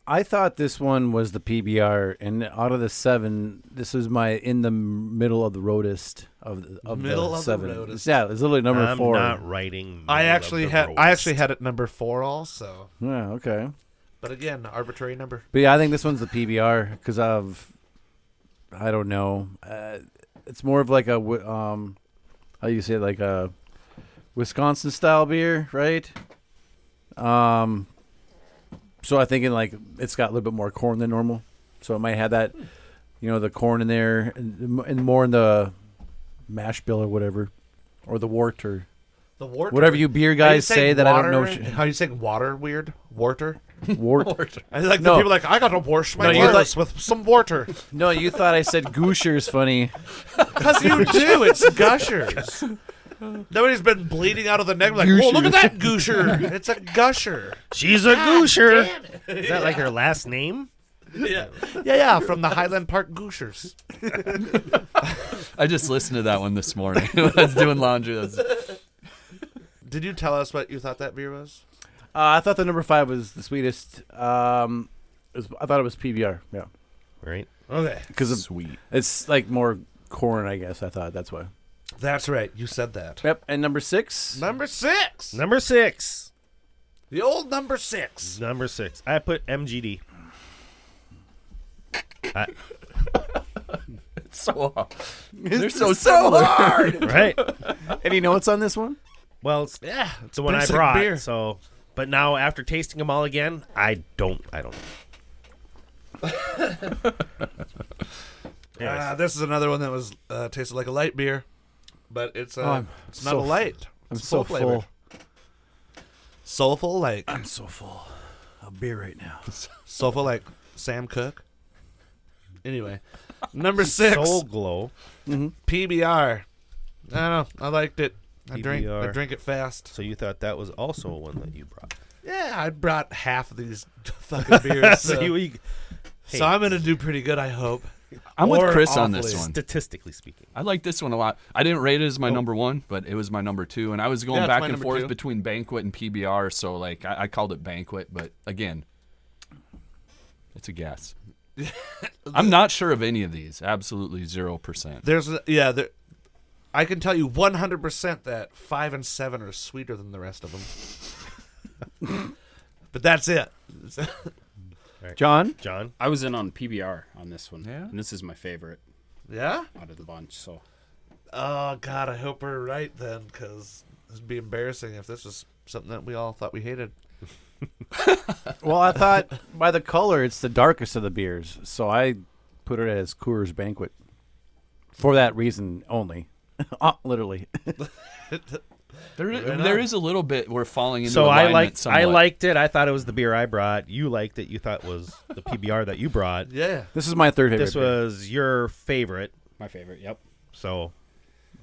S1: I thought this one was the PBR, and out of the seven, this is my in the middle of the roadest of the of the
S2: Middle of the
S1: seven.
S2: roadest.
S1: yeah, it's literally number
S3: I'm
S1: four.
S3: not writing.
S2: I
S3: middle of
S2: actually
S3: the
S2: had I actually
S3: roadist.
S2: had it number four also,
S1: Yeah, okay.
S2: but again, arbitrary number.
S1: But yeah, I think this one's the PBR because of I don't know. Uh, it's more of like a Wi- um, how you say it, like a Wisconsin style beer, right? Um, so I think in like it's got a little bit more corn than normal, so it might have that, you know, the corn in there and, and more in the mash bill or whatever, or the wort or
S2: The wart.
S1: whatever you beer guys say that I don't know. Sh-
S2: How you saying water? Weird water.
S1: wort.
S2: I like
S1: No.
S2: the people like I gotta wash my
S1: No, you
S2: hands with some water
S1: No, you thought I said goosher's funny.
S2: because you do. It's gushers. Nobody's been bleeding out of the neck like, whoa, look at that gusher. It's a gusher.
S3: She's a goosher. Is that like her last name?
S2: Yeah, yeah, yeah. From the Highland Park Gooshers.
S4: I just listened to that one this morning. when I was doing laundry. I was-
S2: Did you tell us what you thought that beer was?
S1: Uh, I thought the number five was the sweetest. Um, it was- I thought it was PBR. Yeah,
S3: Right.
S2: Okay,
S1: because
S4: Sweet.
S1: it's like more corn. I guess I thought that's why.
S2: that's right. You said that.
S1: Yep. And number six.
S2: Number six.
S3: Number six.
S2: The old number six.
S3: Number six. I put MGD.
S4: It's so hard. They're so similar.
S3: Right.
S1: Any notes on this one?
S3: well, it's
S2: Yeah, it's
S3: the one I
S2: basic
S3: brought.
S2: beer.
S3: So, but now after tasting them all again, I don't. I don't. Anyways,
S2: Ah, this is another one that was uh, tasted like a light beer, but it's uh,
S1: Oh, I'm
S2: it's not
S1: so
S2: a light.
S1: I'm
S2: It's
S1: so
S2: full-flavored.
S1: full.
S2: Soulful like
S1: I'm so full of beer right now.
S2: soulful like Sam Cooke. Anyway, number six
S3: Soul Glow.
S2: PBR. I don't know. I liked it. I drink I
S3: PBR.
S2: drink it fast.
S3: So you thought that was also one that you brought?
S2: Yeah, I brought half of these fucking beers. so,
S3: so you, you-
S2: so I'm gonna do pretty good. I hope.
S4: I'm
S2: Or
S4: with Chris on this
S2: awfully.
S4: one.
S3: statistically speaking,
S4: I like this one a lot. I didn't rate it as my number one, but it was my number two, and I was going
S2: Yeah, it's
S4: back
S2: my
S4: and
S2: number
S4: forth
S2: two.
S4: between banquet and PBR. So like I, I called it banquet, but again, it's a guess. I'm not sure of any of these. Absolutely zero percent.
S2: There's a, yeah, there, I can tell you 100% that 5 and 7 are sweeter than the rest of them. but that's it.
S1: John.
S3: John.
S5: I was in on PBR on this one.
S4: Yeah?
S5: And this is my favorite
S2: Yeah?
S5: out of the bunch. So
S2: Oh god, I hope we're right then cuz it'd be embarrassing if this was something that we all thought we hated.
S1: Well, I thought by the color, it's the darkest of the beers, so I put it as Coors Banquet for that reason only. Uh, Literally.
S4: There,
S2: Right
S4: there
S2: on.
S4: is a little bit we're falling into.
S3: So I
S4: alignment
S3: liked. I
S4: somewhat.
S3: liked it. I thought it was the beer I brought. You liked it. You thought was the PBR that you brought.
S2: Yeah.
S1: This is my third favorite.
S3: This was your favorite.
S5: my favorite. Yep.
S3: So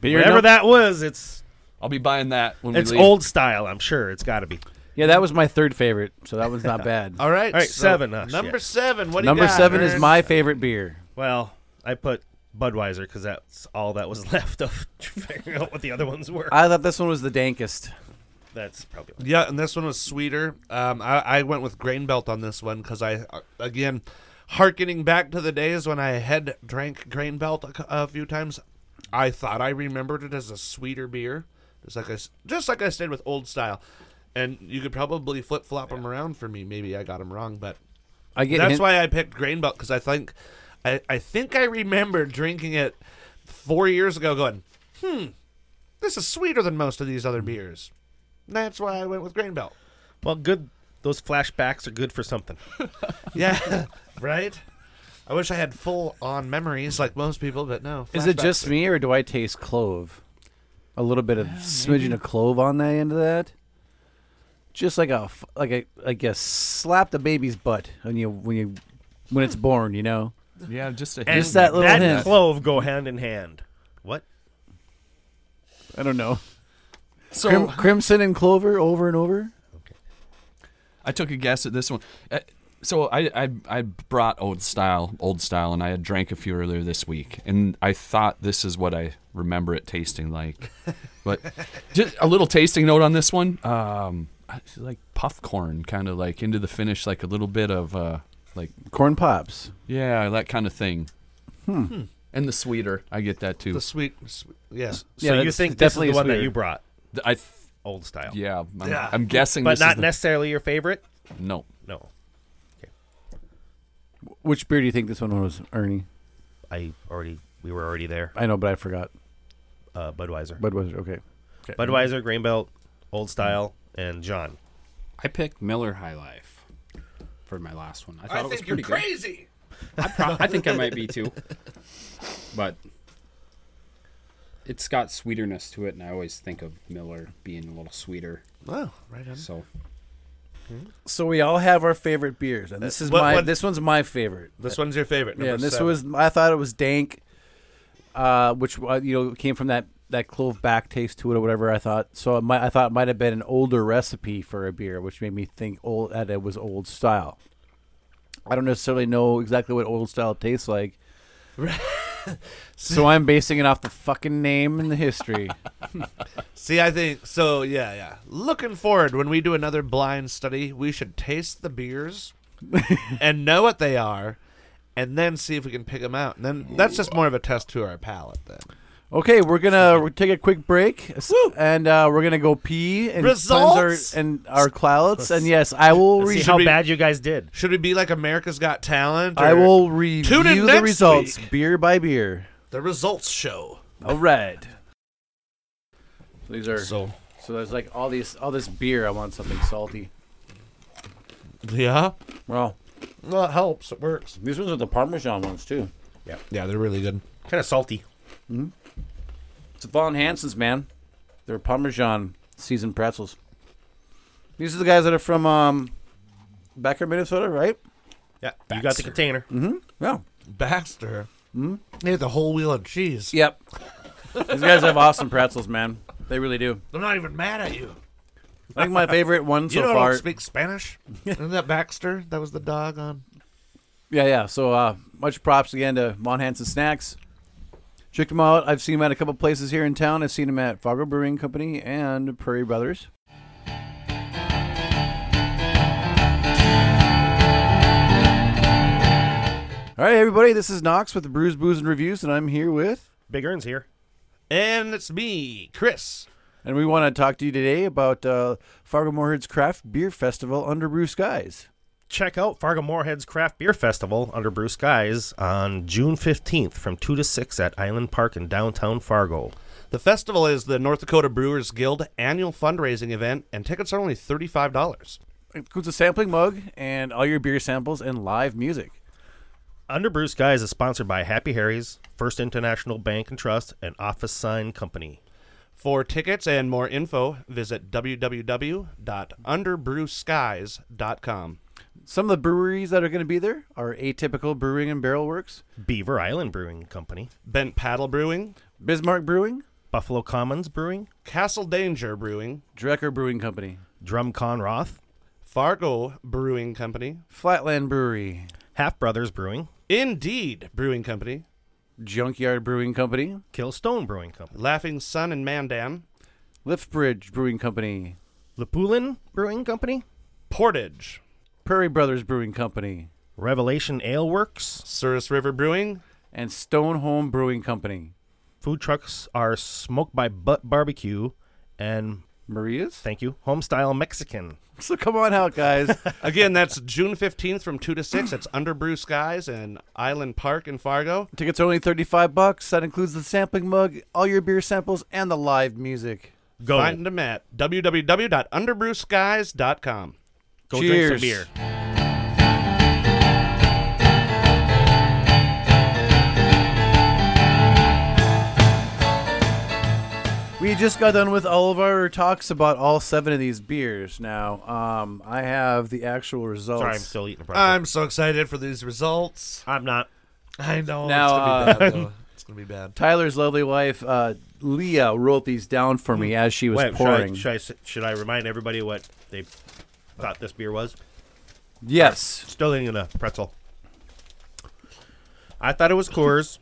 S1: beer.
S3: whatever
S1: Num-
S3: that was, it's
S4: I'll be buying that when
S3: it's
S4: we leave.
S3: old style. I'm sure it's got to be.
S1: Yeah, that was my third favorite, so that was not bad.
S2: All right.
S3: All right, seven, uh,
S2: number
S3: shit.
S2: 7. What do
S1: Number
S2: you got?
S1: seven is
S2: Ern?
S1: my favorite beer.
S3: Well, I put Budweiser because that's all that was left of figuring out what the other ones were.
S1: I thought this one was the dankest.
S3: that's probably
S2: Yeah, and this one was sweeter. Um, I, I went with grain belt on this one because I, uh, again, harkening back to the days when I had drank grain belt a, cou- a few times, I thought I remembered it as a sweeter beer, just like I, s- just like I stayed with old style. And you could probably flip flop them around for me. Maybe I got them wrong, but
S1: I get
S2: that's
S1: hint-
S2: why I picked Grain Belt because I think, I, I think I remember drinking it four years ago, going, hmm, this is sweeter than most of these other beers. That's why I went with Grain Belt.
S3: well good. Those flashbacks are good for something.
S2: Yeah, right. I wish I had full on memories like most people, but no.
S1: Is it
S2: Flashbacks.
S1: just me, or do I taste clove? A little bit of smidgen of clove on the end of that, just like a f- like a like a slap the baby's butt when you when you when it's born, you know.
S4: Yeah, just a
S1: And-
S4: hint.
S1: Just that little
S3: that and
S1: hint.
S3: clove go hand in hand. What?
S1: I don't know.
S4: So
S1: Crim- crimson and clover over and over.
S4: I took a guess at this one. Uh, So I, I I brought old style, old style, and I had drank a few earlier this week, and I thought this is what I remember it tasting like. But just a little tasting note on this one, um, I- like puff corn, kind of like into the finish, like a little bit of uh, like
S1: Corn pops.
S4: yeah, that kind of thing.
S3: Hmm.
S4: And the sweeter, I get that too.
S2: The sweet, sweet yes.
S1: Yeah,
S3: so you
S1: that's
S3: think this is
S1: definitely
S3: the one that
S1: sweeter.
S3: you brought,
S4: Th- I, th-
S3: old style.
S4: yeah, I'm,
S2: Yeah.
S4: I'm guessing,
S3: But
S4: this
S3: not
S4: is the-
S3: necessarily your favorite?
S4: no.
S3: No.
S1: Which beer do you think this one was, Ernie?
S3: I already we were already there.
S1: I know, but I forgot.
S3: Uh, Budweiser.
S1: Budweiser. Okay.
S3: Budweiser, Greenbelt, Old Style, and John.
S5: I picked Miller High Life for my last one. I thought it was pretty good.
S2: crazy.
S5: I, pro- I think I might be too, but it's got sweeterness to it, and I always think of Miller being a little sweeter.
S2: Oh, right on.
S5: So
S1: So we all have our favorite beers, and this is
S2: Uh, what-
S1: my
S2: what-
S1: this one's my favorite.
S2: This one's your favorite.
S1: yeah,
S2: number
S1: and this
S2: seven.
S1: was I thought it was dank, uh, which uh, you know came from that that clove back taste to it or whatever. I thought so. It might, I thought it might have been an older recipe for a beer, which made me think old that it was old style. I don't necessarily know exactly what old style tastes like. so I'm basing it off the fucking name and the history.
S2: See, I think so. Yeah, yeah. Looking forward when we do another blind study, we should taste the beers and know what they are, and then see if we can pick them out. And then that's just more of a test to our palate. Then
S1: Okay, we're gonna take a quick break, s- and uh, we're gonna go pee and cleanse our-
S2: Results?
S1: and our clouds. And yes, I will.
S3: See
S1: Re-
S2: should
S3: how
S2: we-
S3: bad you guys did.
S2: should we be like America's Got Talent?
S1: I
S2: or
S1: will review
S2: in
S1: the
S2: next
S1: results
S2: week.
S1: beer by beer.
S2: The results show.
S1: All right. So these are so,
S2: So
S1: there's like all these all this beer. I want something salty.
S2: yeah,
S1: Wow,
S2: well, it helps. It works.
S1: these ones are the Parmesan ones too.
S2: Yeah, they're really good.
S3: Kind of salty.
S1: It's the Von Hansen's, man. They're Parmesan seasoned pretzels. These are the guys that are from um, Becker, Minnesota, right?
S3: Yeah. You got the container.
S2: Mm-hmm.
S1: Yeah.
S2: Baxter. Mm? They had the whole wheel of cheese.
S1: Yep. These guys have awesome pretzels, man. They really do.
S2: I'm not even mad at you.
S1: I think my favorite one
S2: You
S1: so
S2: know I
S1: far.
S2: don't speak Spanish. Isn't that Baxter? That was the dog on.
S1: yeah, yeah. So uh, much props again to Von Hansen Snacks. Check them out. I've seen them at a couple places here in town. I've seen them at Fargo Brewing Company and Prairie Brothers. All right, everybody. This is Knox with the Brews, Booze, and Reviews, and I'm here with.
S3: Big Earn's here.
S2: And it's me, Chris.
S1: And we want to talk to you today about uh, Fargo Moorhead's Craft Beer Festival under blue skies.
S3: Check out Fargo Moorhead's Craft Beer Festival under Bruce Skies on June 15th from 2 to 6 at Island Park in downtown Fargo.
S2: The festival is the North Dakota Brewers Guild annual fundraising event, and tickets are only $35.
S1: includes a sampling mug and all your beer samples and live music.
S3: Under Bruce Skies is sponsored by Happy Harry's, First International Bank and Trust, and Office Sign Company.
S2: For tickets and more info, visit www.underbrewskies.com.
S1: Some of the breweries that are going to be there are Atypical Brewing and Barrel Works,
S3: Beaver Island Brewing Company,
S2: Bent Paddle Brewing,
S1: Bismarck Brewing,
S3: Buffalo Commons Brewing,
S2: Castle Danger Brewing,
S1: Drecker Brewing Company,
S3: Drum Con Roth,
S2: Fargo Brewing Company,
S1: Flatland Brewery,
S3: Half Brothers Brewing,
S2: Indeed Brewing Company,
S1: Junkyard Brewing Company,
S3: Killstone Brewing Company,
S2: Laughing Sun and Mandan,
S1: Liftbridge Brewing Company,
S3: Lapulin Brewing Company,
S2: Portage,
S1: Prairie Brothers Brewing Company,
S3: Revelation Ale Works.
S2: Souris River Brewing,
S1: and Stonehome Brewing Company.
S3: Food trucks are Smoked by Butt Barbecue and,
S1: Maria's?
S3: thank you, Homestyle Mexican.
S1: So come on out, guys.
S2: Again, that's June 15th from 2 to 6. It's under Brew Skies and Island Park in Fargo.
S1: Tickets are only 35 bucks. That includes the sampling mug, all your beer samples, and the live music.
S3: Go.
S2: Find them at www.underbrewskies.com.
S3: Go
S1: Cheers.
S3: drink some beer.
S1: We just got done with all of our talks about all seven of these beers. Now, um, I have the actual results.
S3: Sorry, I'm still eating. A
S2: I'm so excited for these results.
S3: I'm not.
S2: I know.
S1: Now, uh,
S2: it's going to be bad, though. It's going to be bad.
S1: Tyler's lovely wife, uh, Leah, wrote these down for me as she was
S3: Mm. Wait, should I,
S1: pouring.
S3: should, I, s- should I remind everybody what they thought this beer was?
S1: yes.
S3: Still eating a pretzel. I thought it was Coors,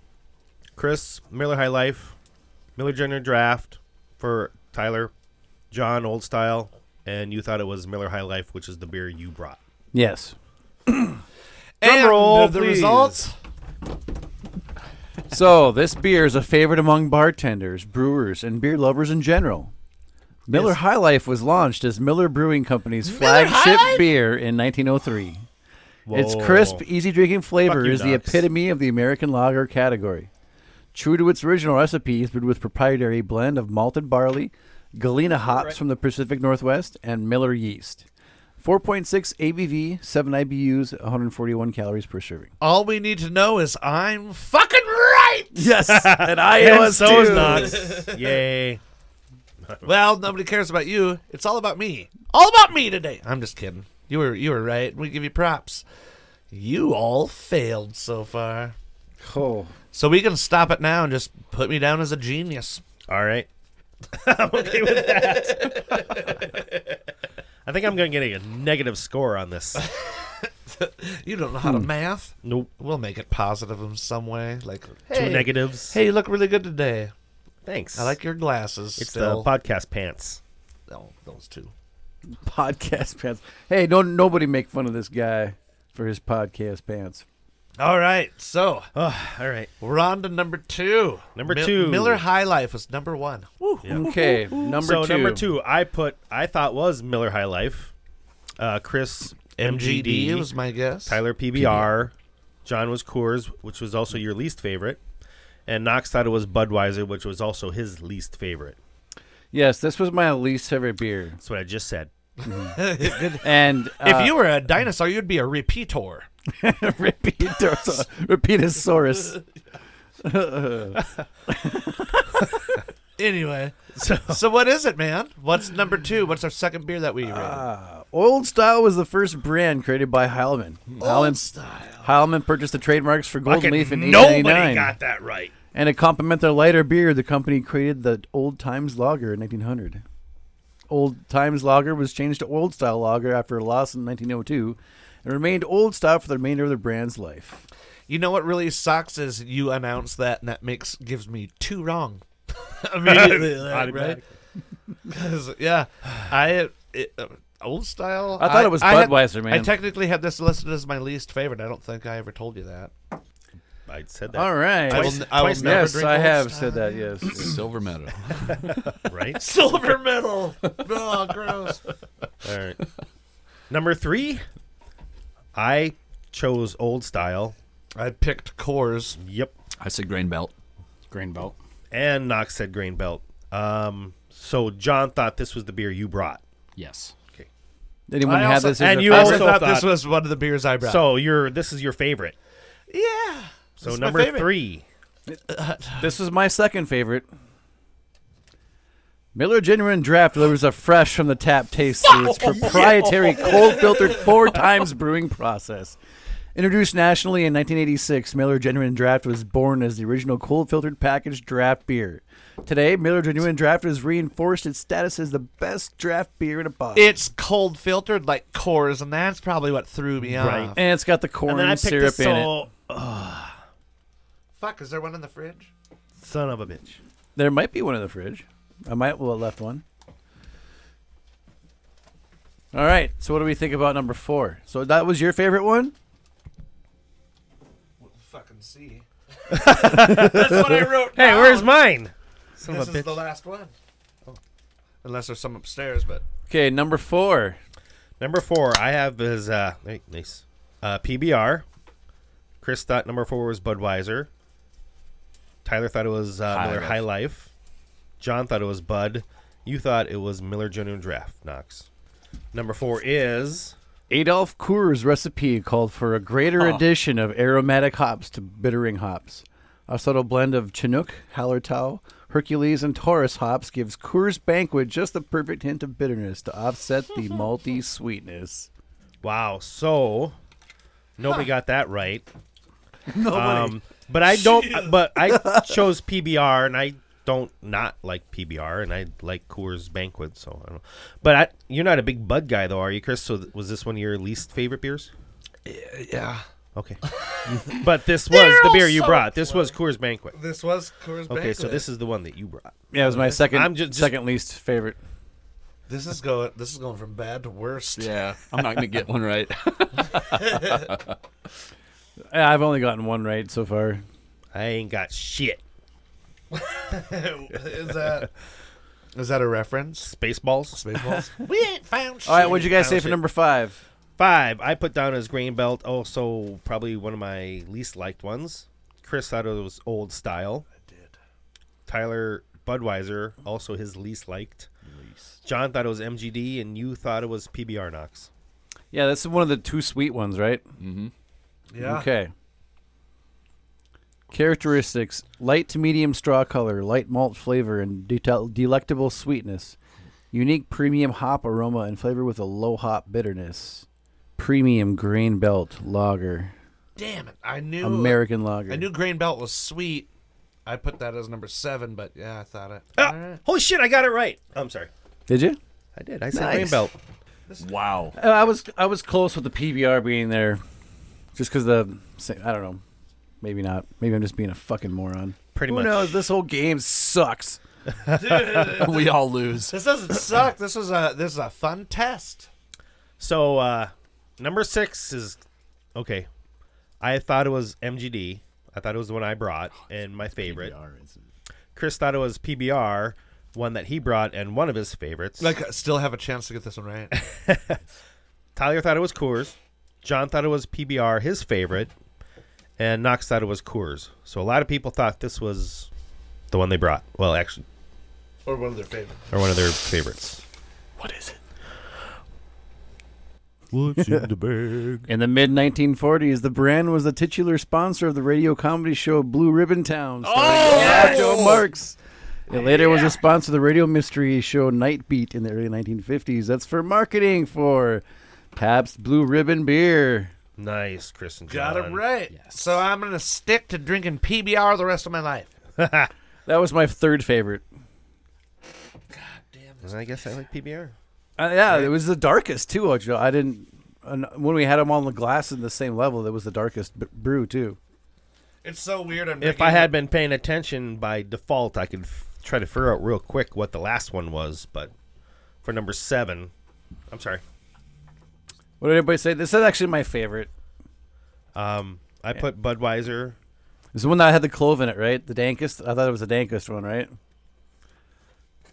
S3: Chris Miller High Life, Miller Junior Draft for Tyler, John Old Style, and you thought it was Miller High Life, which is the beer you brought.
S1: Yes. Drum
S2: and
S1: roll,
S2: the
S1: please.
S2: results.
S1: So, this beer is a favorite among bartenders, brewers, and beer lovers in general. Miller High Life was launched as Miller Brewing Company's flagship beer in 1903. Its crisp, easy drinking flavor
S3: you,
S1: is the
S3: Knox.
S1: epitome of the American lager category. True to its original recipe, it's brewed with proprietary blend of malted barley, Galena hops from the Pacific Northwest, and Miller yeast. 4.6 ABV, 7 IBUs, 141 calories per serving.
S2: All we need to know is I'm fucking right.
S1: Yes, and I
S3: And so is Knox. Yay.
S2: Well, nobody cares about you. It's all about me. All about me today. I'm just kidding. You were you were right. We give you props. You all failed so far.
S1: Oh.
S2: So we can stop it now and just put me down as a genius.
S3: All right. I'm okay with that. I think I'm going to get a negative score on this.
S2: You don't know how to
S1: Hmm.
S2: math.
S3: Nope.
S2: We'll make it positive in some way. Like
S3: Two
S2: hey,
S3: negatives.
S2: Hey, you look really good today.
S3: thanks.
S2: I like your glasses.
S3: It's
S2: still.
S3: the podcast pants.
S2: oh, those two.
S1: Podcast pants. Hey, don't nobody make fun of this guy for his podcast pants.
S2: All right, so
S3: Oh, all right.
S2: we're on to number two.
S3: Number two.
S2: Miller High Life was number one. Woo.
S1: Okay, number
S3: so
S1: two.
S3: number two, I put I thought was Miller High Life. Uh, Chris
S2: MGD, was my guess.
S3: Tyler PBR, John was Coors, which was also your least favorite, and Knox thought it was Budweiser, which was also his least favorite.
S1: Yes, this was my least favorite beer.
S3: That's what I just said.
S1: And uh,
S2: if you were a dinosaur, you'd be a repeator.
S1: repeat, repeatosaurus.
S2: Anyway, so, what is it, man? What's number two? What's our second beer that we
S3: Uh,
S2: rated?
S1: Old Style was the first brand created by Heilman.
S2: Old
S1: Heilman,
S2: style.
S1: Heilman purchased the trademarks for Golden
S3: Fucking
S1: Leaf in
S3: nobody
S1: 1899.
S3: got that right.
S1: And to complement their lighter beer, the company created the Old Times Lager in 1900. Old Times Lager was changed to Old Style Lager after a loss in 1902 and remained Old Style for the remainder of the brand's life.
S2: You know what really sucks is you announce that, and that makes gives me two wrong immediately, like, right? 'Cause, yeah, I it, uh, old style.
S1: I thought it was
S2: had-
S1: Budweiser, man.
S2: I technically had this listed as my least favorite. I don't think I ever told you that.
S3: I said that
S1: All right.
S2: I will, n- I will
S3: twice
S2: never
S1: yes,
S2: drink
S1: I
S2: Old
S1: have
S2: Style.
S1: said that, yes.
S4: Silver medal.
S3: right.
S2: Silver medal. oh, gross.
S3: All right. Number three, I chose Old Style.
S2: I picked Coors.
S3: Yep.
S4: I said grain belt.
S5: Grain belt.
S3: And Knox said Grain Belt. Um, so John thought this was the beer you brought.
S5: Yes.
S1: Anyone have
S2: also-
S1: this? as
S3: and
S1: a
S3: you
S1: favorite?
S2: I also
S3: also
S2: thought,
S3: thought-
S2: this was one of the beers I brought.
S3: So you're this is your favorite.
S2: yeah.
S3: So
S2: This is my
S3: number
S2: favorite.
S3: three.
S1: This is my second favorite. Miller Genuine Draft delivers a fresh from the tap taste through its proprietary cold filtered four times brewing process. Introduced nationally in 1986, Miller Genuine Draft was born as the original cold filtered packaged draft beer. Today, Miller Genuine Draft has reinforced its status as the best draft beer in a bottle.
S2: It's cold filtered like Coors, and that's probably what threw me off.
S3: Right.
S1: and it's got the corn
S3: And then I picked
S1: syrup
S3: this
S1: in it.
S3: so
S2: Fuck, is there one in the fridge?
S3: son of a bitch.
S1: There might be one in the fridge. I might well have left one. All right. So what do we think about number four? So that was your favorite one.
S2: Fucking see. that's what I wrote.
S3: Hey,
S2: down.
S3: where's mine? Son
S2: This
S3: of a
S2: is
S3: bitch.
S2: the last one. Oh. Unless there's some upstairs, but
S1: Okay, number four.
S3: Number four I have is uh hey, nice. Uh PBR. Chris thought number four was Budweiser. Tyler thought it was uh, Miller High Life. John thought it was Bud. You thought it was Miller Genuine Draft, Knox. Number four is
S1: Adolf Coor's recipe called for a greater addition of aromatic hops to bittering hops. A subtle blend of Chinook, Hallertau, Hercules, and Taurus hops gives Coors Banquet just the perfect hint of bitterness to offset the malty sweetness.
S3: Wow, so nobody got that right. Um, but I don't. But I chose PBR, and I don't not like PBR, and I like Coors Banquet. So I don't. But I, you're not a big Bud guy, though, are you, Chris? So th- was this one of your least favorite beers?
S2: yeah,
S3: Okay. but this was the beer you brought. This was Coors Banquet.
S2: this was Coors.
S3: Okay, so this is the one that you brought.
S1: Yeah, it was my 2nd
S3: I'm ju- just-
S1: second least favorite.
S2: This is going. This is going from bad to worst.
S4: Yeah, I'm not gonna get one right.
S1: I've only gotten one right so far.
S3: I ain't got shit.
S2: is that is that a reference?
S3: Spaceballs.
S2: Spaceballs. we ain't found.
S1: All right, what'd you guys
S3: Oh,
S1: say for
S3: shit.
S1: number five?
S3: Five. I put down as grain belt. Also, probably one of my least liked ones. Chris thought it was old style. I did. Tyler Budweiser, also his least liked. John thought it was MGD, and you thought it was PBR Knox.
S1: Yeah, that's one of the two sweet ones, right?
S2: Yeah.
S1: Okay. Characteristics: light to medium straw color, light malt flavor, and detel- delectable sweetness. Unique premium hop aroma and flavor with a low hop bitterness. Premium grain belt lager,
S2: Damn it! I knew.
S1: American lager.
S2: I knew Grain Belt was sweet. I put that as number seven, but yeah, I thought it.
S3: Ah,
S2: All right.
S3: Holy shit! I got it right. I'm sorry.
S1: Did you?
S3: I did. I said
S1: Nice.
S3: grain belt.
S4: wow.
S1: Uh, I was I was close with the PBR being there, just because the I don't know, maybe not. Maybe I'm just being a fucking moron.
S3: Pretty
S1: Who
S3: much.
S1: knows? This whole game sucks.
S4: we all lose.
S2: This doesn't suck. This is a this is a fun test.
S3: So uh number six is okay. I thought it was MGD. I thought it was the one I brought and my favorite. Chris thought it was PBR, one that he brought and one of his favorites.
S2: Like, I still have a chance to get this one right.
S3: Tyler thought it was Coors. John thought it was PBR, his favorite, and Knox thought it was Coors. So a lot of people thought this was the one they brought. Well, actually,
S2: or one of their favorites.
S3: or one of their favorites.
S4: What is it?
S1: In the mid 1940s, the brand was the titular sponsor of the radio comedy show Blue Ribbon Town, starring Groucho Marx. It later was a sponsor of the radio mystery show Night Beat in the early 1950s. That's for marketing for Pabst Blue Ribbon beer.
S3: Nice, Chris and John.
S2: Got it right. So I'm gonna stick to drinking PBR the rest of my life.
S1: That was my third favorite.
S3: And I guess I like PBR.
S1: Uh, yeah, it was the darkest too. Ojo. I didn't and when we had them on the glass in the same level. It was the darkest b- brew too.
S2: It's so weird. I'm
S3: If
S2: drinking-
S3: I had been paying attention by default, I could f- try to figure out real quick what the last one was. But for number seven, I'm sorry.
S1: What did everybody say? This is actually my favorite.
S3: Um, I put Budweiser.
S1: It's the one that had the clove in it, right? The dankest. I thought it was the dankest one, right?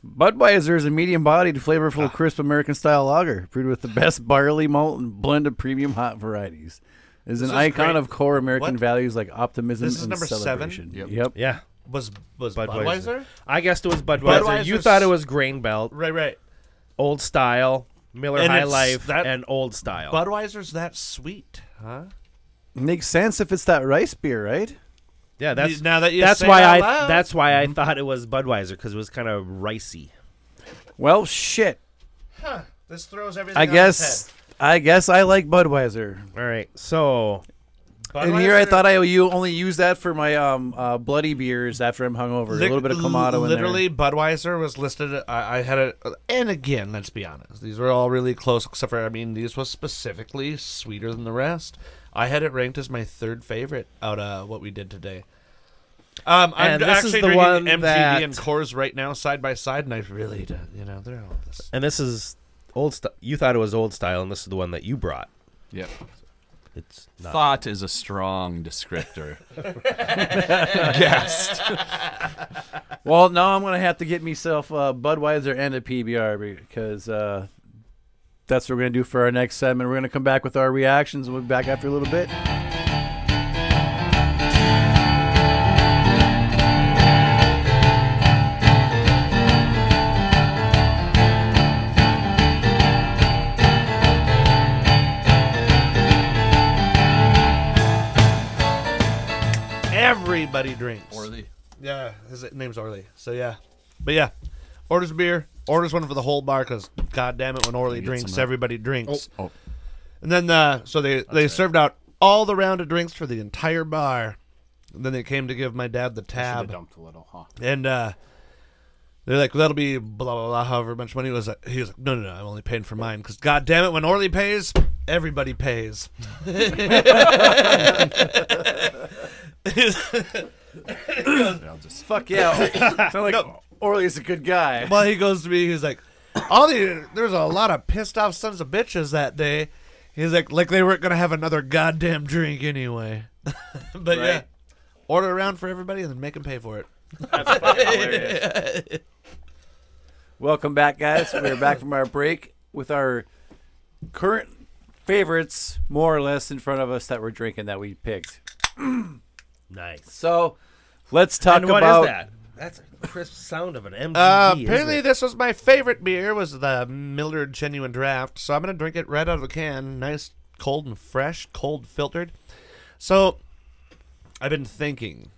S1: Budweiser is a medium-bodied,
S2: Ah.
S1: flavorful, crisp American-style lager brewed with the best barley malt and blend of premium hot varieties. It is an
S2: is
S1: icon
S2: great.
S1: of core American
S2: What?
S1: values like optimism
S2: This is
S1: and
S2: number seven?
S1: celebration.
S4: Yep.
S1: Yep.
S3: Yeah,
S2: was was
S3: Budweiser.
S2: Budweiser.
S3: I guessed it was Budweiser. you
S2: Budweiser's-
S3: thought it was Grain Belt,
S2: Right, right.
S3: Old Style, Miller
S2: And
S3: High
S2: it's
S3: Life,
S2: that-
S3: and Old Style.
S2: Budweiser's that sweet, huh?
S1: Makes sense if it's that rice beer, right?
S3: yeah, that's
S2: now that you
S3: that's
S2: say
S3: why
S2: it out
S3: I
S2: loud. Mm-hmm.
S3: that's why I thought it was Budweiser because it was kind of ricey.
S1: Well, shit.
S2: This throws everything.
S1: I
S2: on its
S1: guess. I guess I like Budweiser.
S3: All right, so
S2: head.
S1: and here I
S2: Budweiser-
S1: thought I you only use that for my um uh, bloody beers after I'm hungover. a
S2: Li-
S1: little bit of Kamado in there.
S2: Literally, Budweiser was listed. uh, I, I had it, and again, let's be honest, these were all really close. Except for, I mean, these was specifically sweeter than the rest. I had it ranked as my third favorite out of what we did today. Um, I'm
S3: And
S2: d-
S3: this is
S2: actually
S3: the
S2: drinking
S3: one
S2: MGD
S3: that-
S2: and Coors right now, side by side, and I really, do, you know, they're all this.
S3: and this is Old Style. You thought it was Old Style, and this is the one that you brought.
S4: Yep.
S3: It's not.
S4: Thought is a strong descriptor. Guessed.
S1: Well, now I'm gonna have to get myself a Budweiser and a PBR because uh, that's what we're gonna do for our next segment. We're gonna come back with our reactions. We'll be back after a little bit.
S2: Everybody drinks.
S4: Orly.
S2: Yeah, his name's Orly. So yeah, but yeah, orders a beer, orders one for the whole bar because God damn it, when Orly
S4: get
S2: drinks,
S4: some up.
S2: everybody drinks.
S4: Oh. Oh.
S2: And then uh, so they they served out all the round of drinks for the entire bar. And then they came to give my dad the
S5: Should have
S2: tab,
S5: dumped a little, huh?
S2: and uh, they're like, "That'll be blah blah blah, however much money it was." He was like, "No, no, no, I'm only paying for mine because God damn it, when Orly pays, everybody pays."
S1: Fuck yeah! Sound like Orly's a good guy.
S2: Well, he goes to me. He's like, all the there's a lot of pissed off sons of bitches that day. He's like, like they weren't gonna have another goddamn drink anyway. but yeah,
S6: Right.
S2: order around for everybody and then make them pay for it.
S6: That's fucking hilarious.
S1: Welcome back, guys. We're back from our break with our current favorites, more or less, in front of us that we're drinking that we picked.
S3: Nice.
S1: So let's talk
S3: and what is
S1: about
S3: that? That's a crisp sound of an MGD.
S2: Uh,
S3: isn't
S2: apparently,
S3: it?
S2: this was my favorite beer. Was the Millard Genuine Draft. So I'm gonna drink it right out of the can. Nice, cold and fresh, cold filtered. So I've been thinking.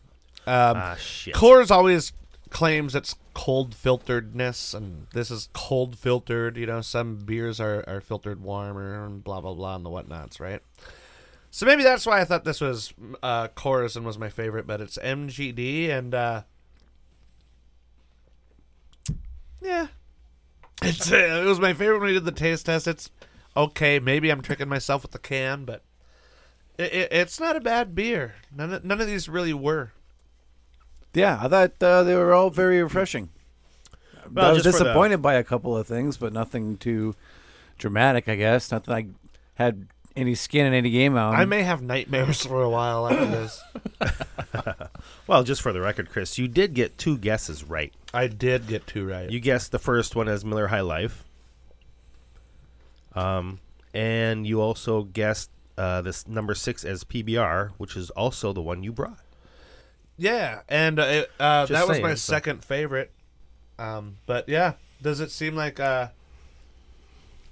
S2: Um,
S3: ah shit.
S2: Coors always claims it's cold filteredness, and this is cold filtered. You know, some beers are, are filtered warmer and blah blah blah and the whatnots, right? So maybe that's why I thought this was uh, Coors and was my favorite, but it's MGD and uh, yeah, it's uh, it was my favorite when we did the taste test. It's okay, maybe I'm tricking myself with the can, but. It, it, it's not a bad beer. None of, none of these really were.
S1: Yeah, I thought uh, they were all very refreshing.
S3: Well,
S1: I was
S3: just for the-
S1: disappointed by a couple of things, but nothing too dramatic, I guess. Nothing I had any skin in any game on.
S2: I may have nightmares for a while after this.
S3: Well, just for the record, Chris, you did get two guesses right.
S2: I did get two right.
S3: You guessed the first one as Miller High Life. Um, and you also guessed uh, this number six as PBR, which is also the one you brought.
S2: yeah, and uh, it- uh,
S3: Just
S2: that was
S3: saying,
S2: my
S3: so-
S2: second favorite. Um, but yeah, does it seem like uh,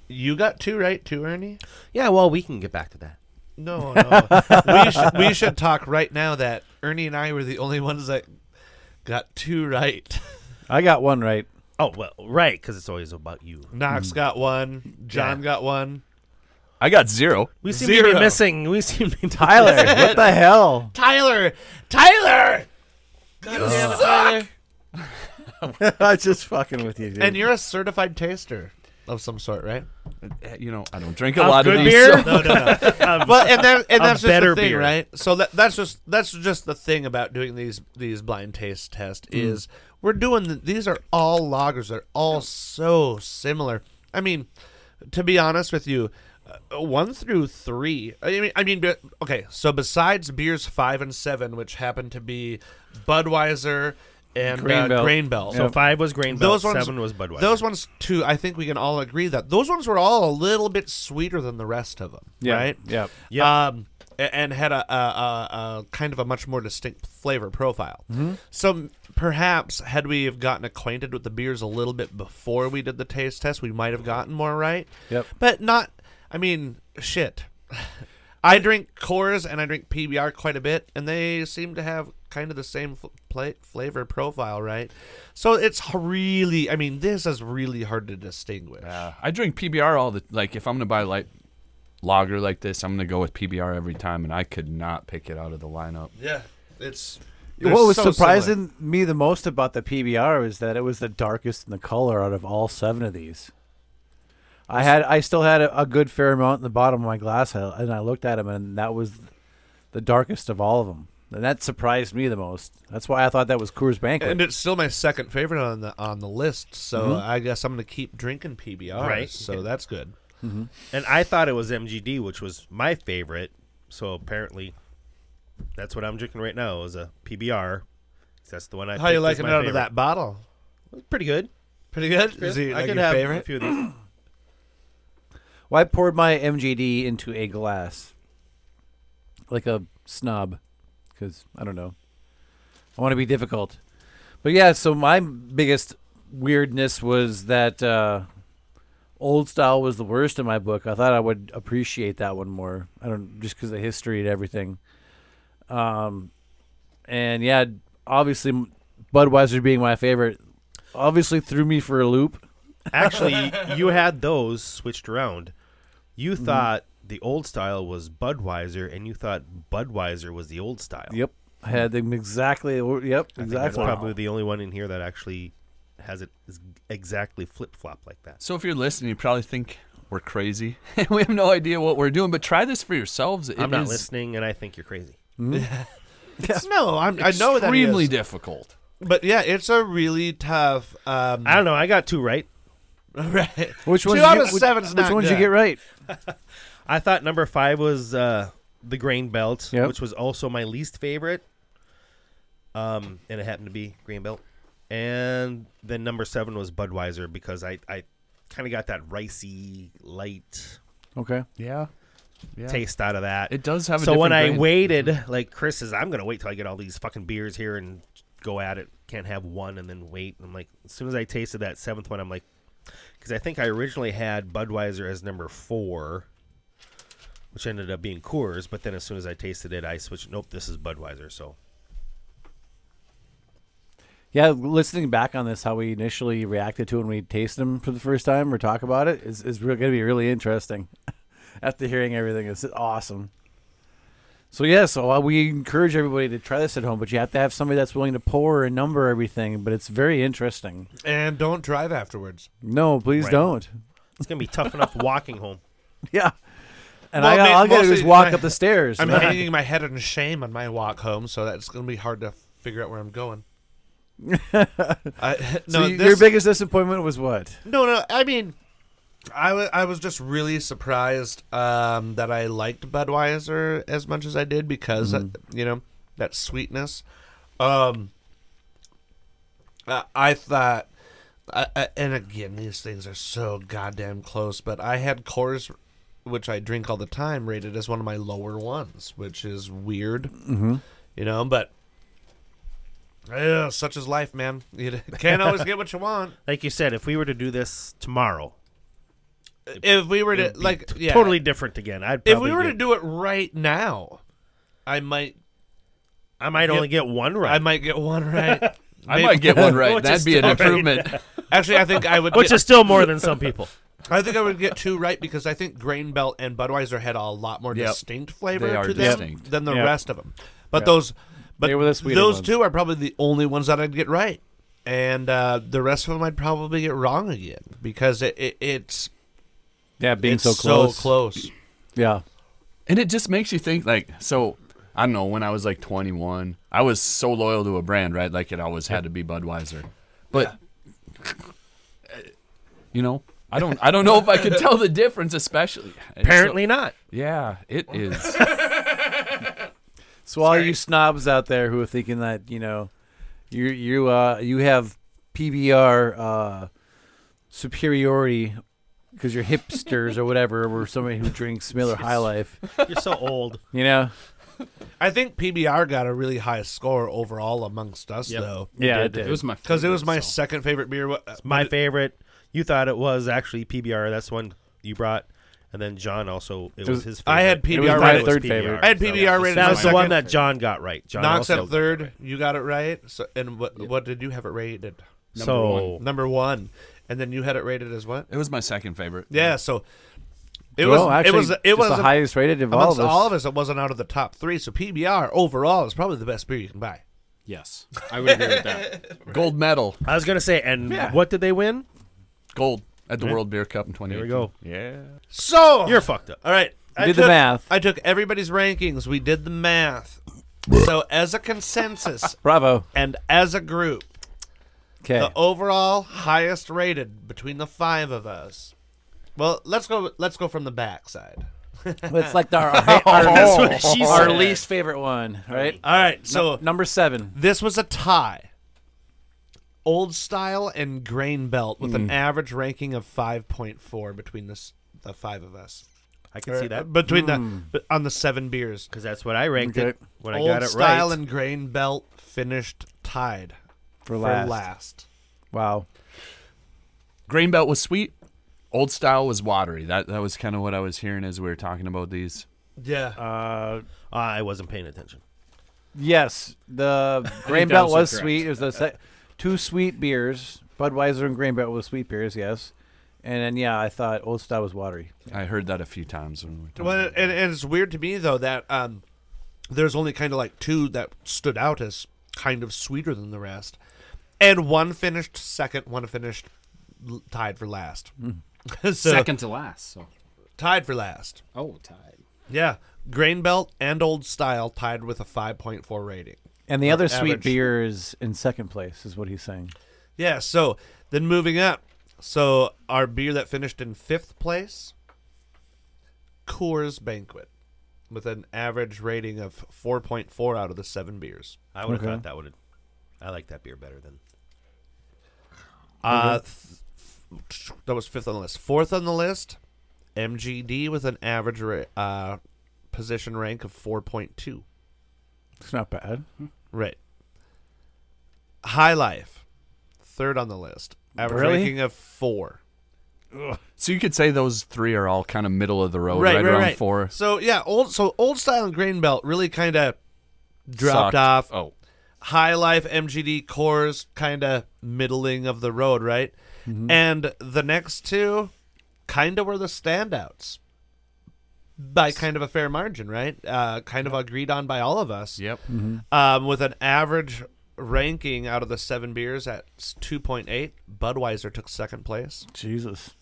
S2: you got two right too, Ernie?
S3: Yeah, well, we can get back to that.
S2: No, no. we, should, we should talk right now that Ernie and I were the only ones that got two right.
S1: I got one right.
S3: Oh well, right, because it's always about you.
S2: Knox got one. John got one.
S4: I got zero.
S3: We seem to
S2: Zero.
S3: be missing. We seem to be
S1: Tyler, what the hell?
S2: Tyler, Tyler, you suck.
S1: I was just fucking with you, dude.
S2: And you're a certified taster of some sort, right?
S4: Eh, You know, I don't drink a lot of these. so-
S2: No, no, no. well, and that, and
S3: a
S2: that's just
S3: better
S2: the thing,
S3: beer.
S2: right? So that, that's just that's just the thing about doing these these blind taste tests is we're doing the, these are all lagers. They're all so similar. I mean, to be honest with you, uh, one through three. I mean, I mean, but- okay. So besides beers five and seven, which happen to be Budweiser and
S1: Grain
S2: uh,
S1: Belt.
S2: Grain Belt.
S3: So five was Grain
S2: Those
S3: Belt,
S2: ones-
S3: seven was Budweiser.
S2: Those ones too. I think we can all agree that those ones were all a little bit sweeter than the rest of them,
S1: yeah,
S2: right?
S1: Yeah.
S3: Yep.
S2: Um, a- and had a, a, a, a kind of a much more distinct flavor profile.
S1: Mm-hmm.
S2: So m- perhaps had we have gotten acquainted with the beers a little bit before we did the taste test, we might have gotten more right.
S1: Yep.
S2: But not. I mean, shit. I drink Coors and I drink PBR quite a bit, and they seem to have kind of the same fl- pla flavor profile, right? So it's h- really, I mean, this is really hard to distinguish.
S4: Uh, I drink PBR all the like. If I'm gonna buy light lager like this, I'm gonna go with PBR every time, and I could not pick it out of the lineup.
S2: Yeah, it's.
S1: what
S2: they're
S1: was
S2: so similar.
S1: surprising me the most about the PBR is that it was the darkest in the color out of all seven of these. I had, I still had a, a good fair amount in the bottom of my glass, I- and I looked at them, and that was the darkest of all of them, and that surprised me the most. That's why I thought that was Coors Banquet.
S2: And it's still my second favorite on the on the list, so I guess I'm gonna keep drinking PBR.
S3: Mm-hmm. Right.
S2: So that's good.
S3: and I thought it was MGD, which was my favorite. So apparently, that's what I'm drinking right now is a PBR. That's the one I.
S2: How you
S3: picked as
S2: liking
S3: my
S2: it out of
S3: favorite.
S2: that bottle?
S3: Pretty good.
S2: Pretty good. Is it
S3: I
S2: like
S3: could
S2: your
S3: have a
S2: favorite?
S3: few of these.
S1: Well, I poured my MGD into a glass, like a snob, because I don't know. I want to be difficult, but yeah. So my biggest weirdness was that uh, old style was the worst in my book. I thought I would appreciate that one more. I don't just because of the history and everything. Um, and yeah, obviously Budweiser being my favorite, obviously threw me for a loop.
S3: Actually, you had those switched around. You
S2: Mm-hmm.
S3: thought the old style was Budweiser, and you thought Budweiser was the old style.
S1: Yep, I had them exactly. Yep,
S3: I think that's
S1: exactly.
S3: probably the only one in here that actually has it is exactly flip flop like that.
S4: So if you're listening, you probably think we're crazy. we have no idea what we're doing, but try this for yourselves. It
S3: I'm not
S4: is
S3: listening, and I think you're crazy.
S2: Mm. No, I'm, I know that. it
S4: Extremely
S2: is.
S4: difficult.
S2: But yeah, it's a really tough. Um,
S3: I don't know. I got two right.
S2: Right.
S1: Which
S2: Two
S1: ones
S2: out
S1: you,
S2: of
S1: which-
S2: seven's
S1: Which
S2: not
S1: ones you
S2: good.
S1: get right?
S3: I thought number five was uh, the Grain Belt,
S1: Yep.
S3: which was also my least favorite. Um, and it happened to be Grain Belt. And then number seven was Budweiser because I, I kind of got that ricey, light
S1: Okay.
S4: Yeah. Yeah.
S3: taste out of that.
S4: It does have a
S3: so when I
S4: different grain.
S3: waited, like Chris says, I'm gonna wait till I get all these fucking beers here and go at it. Can't have one and then wait. I'm like, as soon as I tasted that seventh one, I'm like, because I think I originally had Budweiser as number four, which ended up being Coors. But then as soon as I tasted it, I switched. Nope, this is Budweiser. So
S1: Yeah, listening back on this, how we initially reacted to it when we taste them for the first time or talk about it is is going to be really interesting. After hearing everything, it's awesome. So yeah, so uh, we encourage everybody to try this at home, but you have to have somebody that's willing to pour and number everything. But it's very interesting.
S2: And don't drive afterwards.
S1: No, please
S3: Right.
S1: don't.
S3: it's gonna be tough enough walking home.
S1: Yeah, and
S2: Well,
S1: I,
S2: ma-
S1: all I gotta do is
S2: mostly
S1: walk
S2: my-
S1: up the stairs.
S2: I'm hanging my head in shame on my walk home, so that's going to be hard to figure out where I'm going. I,
S1: so
S2: no,
S1: y-
S2: this,
S1: your biggest disappointment was what?
S2: no, no. I mean, I wa- I was just really surprised um, that I liked Budweiser as much as I did because uh, you know that sweetness. Um, I, I thought, I, I, and again, these things are so goddamn close. But I had Coors, which I drink all the time, rated as one of my lower ones, which is weird. Mm-hmm. You know, but. Yeah, such is life, man. You can't always get what you want.
S3: Like you said, if we were to do this tomorrow,
S2: If we were to
S3: it'd be
S2: like,
S3: t-
S2: yeah,
S3: totally different again. I'd
S2: if we
S3: probably
S2: were to
S3: get-
S2: do it right now, I might
S3: I might only get one right.
S2: I might get one right.
S4: I might get one right.
S3: Which is
S4: That'd be an
S3: still right.
S4: improvement.
S2: Actually, I think I would.
S3: which
S2: get,
S3: is still more than some people.
S2: I think I would get two right because I think Grain Belt and Budweiser had a lot more
S4: Yep.
S2: distinct flavor
S4: They are
S2: to them
S4: distinct.
S2: than the
S1: Yep.
S2: rest of them. But those, but
S1: They were the sweeter
S2: those
S1: ones.
S2: two are probably the only ones that I'd get right, and uh, the rest of them I'd probably get wrong again because it, it it's
S1: Yeah, being
S2: it's
S1: so close.
S2: So close.
S1: Yeah,
S4: And it just makes you think like so I don't know, when I was like 21, I was so loyal to a brand, right? Like it always had to be Budweiser. But uh, you know, I don't I don't know if I could tell the difference especially. It's so-
S3: Apparently not.
S4: yeah, it is.
S1: So all you snobs out there who are thinking that you know, you you uh you have PBR uh superiority because you're hipsters or whatever, or somebody who drinks Miller High Life.
S3: You're so old.
S1: You know,
S2: I think PBR got a really high score overall amongst us though.
S1: yeah,
S4: It was my
S2: Because it was my
S4: favorite, so.
S2: second favorite beer. Wha-
S3: my favorite. You thought it was actually PBR. That's the one you brought, and then John also. It, was,
S1: was-
S3: his. favorite.
S2: I had
S1: was
S2: PBR
S1: my
S2: rated.
S1: third
S3: It was PBR.
S1: favorite.
S2: I had
S3: So,
S2: PBR rated.
S3: That
S2: as
S3: was
S2: my
S3: the one
S2: second.
S3: that John got right. John
S2: uh, Knox
S3: also,
S2: at third. You got it right. So and what what did you have it rated?
S3: So
S2: Number one, and then you had it rated as what?
S4: It was my second favorite.
S2: Yeah. So it
S1: well,
S2: was.
S1: actually,
S2: it was. It
S1: just
S2: was
S1: the highest rated of all of
S2: amongst
S1: us.
S2: all of us. It wasn't out of the top three. So PBR overall is probably the best beer you can buy.
S5: Yes, I would agree with that.
S4: Gold medal.
S3: I was gonna say, and
S2: Yeah.
S3: what did they win?
S4: Gold at the World Beer Cup in 2018.
S3: There we go.
S4: Yeah.
S2: So
S3: You're fucked up.
S2: All right. I
S1: did the
S2: took-
S1: math.
S2: I took everybody's rankings. We did the math. so as a consensus
S1: Bravo.
S2: and as a group,
S1: Okay,
S2: the overall highest rated between the five of us. Well, let's go. Let's go from the backside.
S1: it's like our our, our, our least favorite one, right? Uh,
S2: All right. So
S1: Number seven.
S2: this was a tie. Old style and grain belt with an average ranking of five point four between this the five of us.
S3: I can
S2: Uh,
S3: see that
S2: between the on the seven beers.
S3: because that's what I ranked it
S1: Okay.
S3: when
S2: Old
S3: I got it
S2: style
S3: right.
S2: and grain belt finished tied for
S1: last. Wow.
S4: Grain Belt was sweet. Old style was watery. That that was kind of what I was hearing as we were talking about these.
S2: Yeah.
S3: Uh, I wasn't paying attention.
S1: Yes, the Grain
S5: that
S1: Belt
S5: was
S1: was
S5: incorrect.
S1: sweet. It was the se- two sweet beers, Budweiser and Grain Belt was sweet beers. Yes, and then yeah, I thought Old Style was watery.
S4: I heard that a few times when we were talking.
S2: well,
S4: about it.
S2: and, and it's weird to me though that um, there's only kind of like two that stood out as kind of sweeter than the rest, and one finished second, one finished l- tied for last. so,
S5: Second to last. So,
S2: tied for last.
S5: oh, tied.
S2: Yeah, Grain Belt and Old Style tied with a 5.4 rating.
S1: And the other sweet
S2: average.
S1: beer is in second place, is what he's saying.
S2: Yeah, so then moving up, So our beer that finished in fifth place, Coors Banquet, with an average rating of 4.4 out of the seven beers.
S3: I would have
S1: Okay.
S3: thought that would have. I like that beer better than.
S4: Mm-hmm.
S2: Uh, th- that was fifth on the list. Fourth on the list, MGD with an average ra- uh, position rank of 4.2.
S1: It's not bad.
S2: Right. High Life, third on the list, average
S1: Really?
S2: ranking of four.
S4: So you could say those three are all kind of middle of the road, Oh, right, around four.
S2: So yeah, old so old style and grain belt really kind of dropped
S4: Sucked.
S2: off.
S4: Oh,
S2: High life MGD cores kind of middling of the road, right? And the next two kind of were the standouts by kind of a fair margin, right? Uh, kind of agreed on by all of us.
S4: yep.
S2: Um, with an average ranking out of the seven beers at s- 2.8, Budweiser took second place.
S1: Jesus.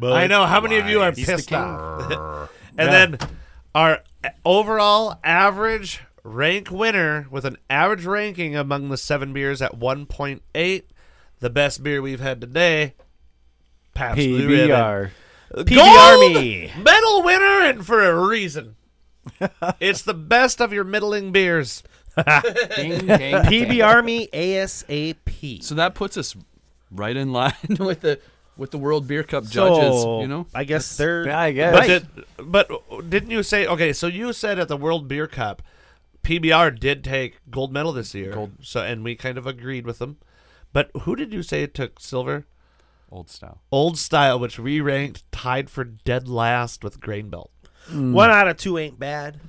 S2: I know how many of you are
S3: He's the
S2: pissed
S3: king.
S2: off. and then our overall average rank winner with an average ranking among the seven beers at 1.8, the best beer we've had today. Pabst Blue Ribbon.
S1: PBR.
S2: Gold
S3: me.
S2: medal winner, and for a reason. it's the best of your middling beers.
S5: Ding, dang,
S3: PB Army ASAP.
S4: So that puts us right in line with the with the World Beer Cup judges.
S3: So,
S4: You know,
S3: I guess they're.
S1: Yeah, I guess.
S2: But,
S3: Right.
S2: did, but didn't you say okay? So you said at the World Beer Cup, PBR did take gold medal this year.
S4: Gold.
S2: So and we kind of agreed with them. But who did you say took silver?
S4: old style.
S2: Old style, which we ranked tied for dead last with grain belt.
S3: One out of two ain't bad.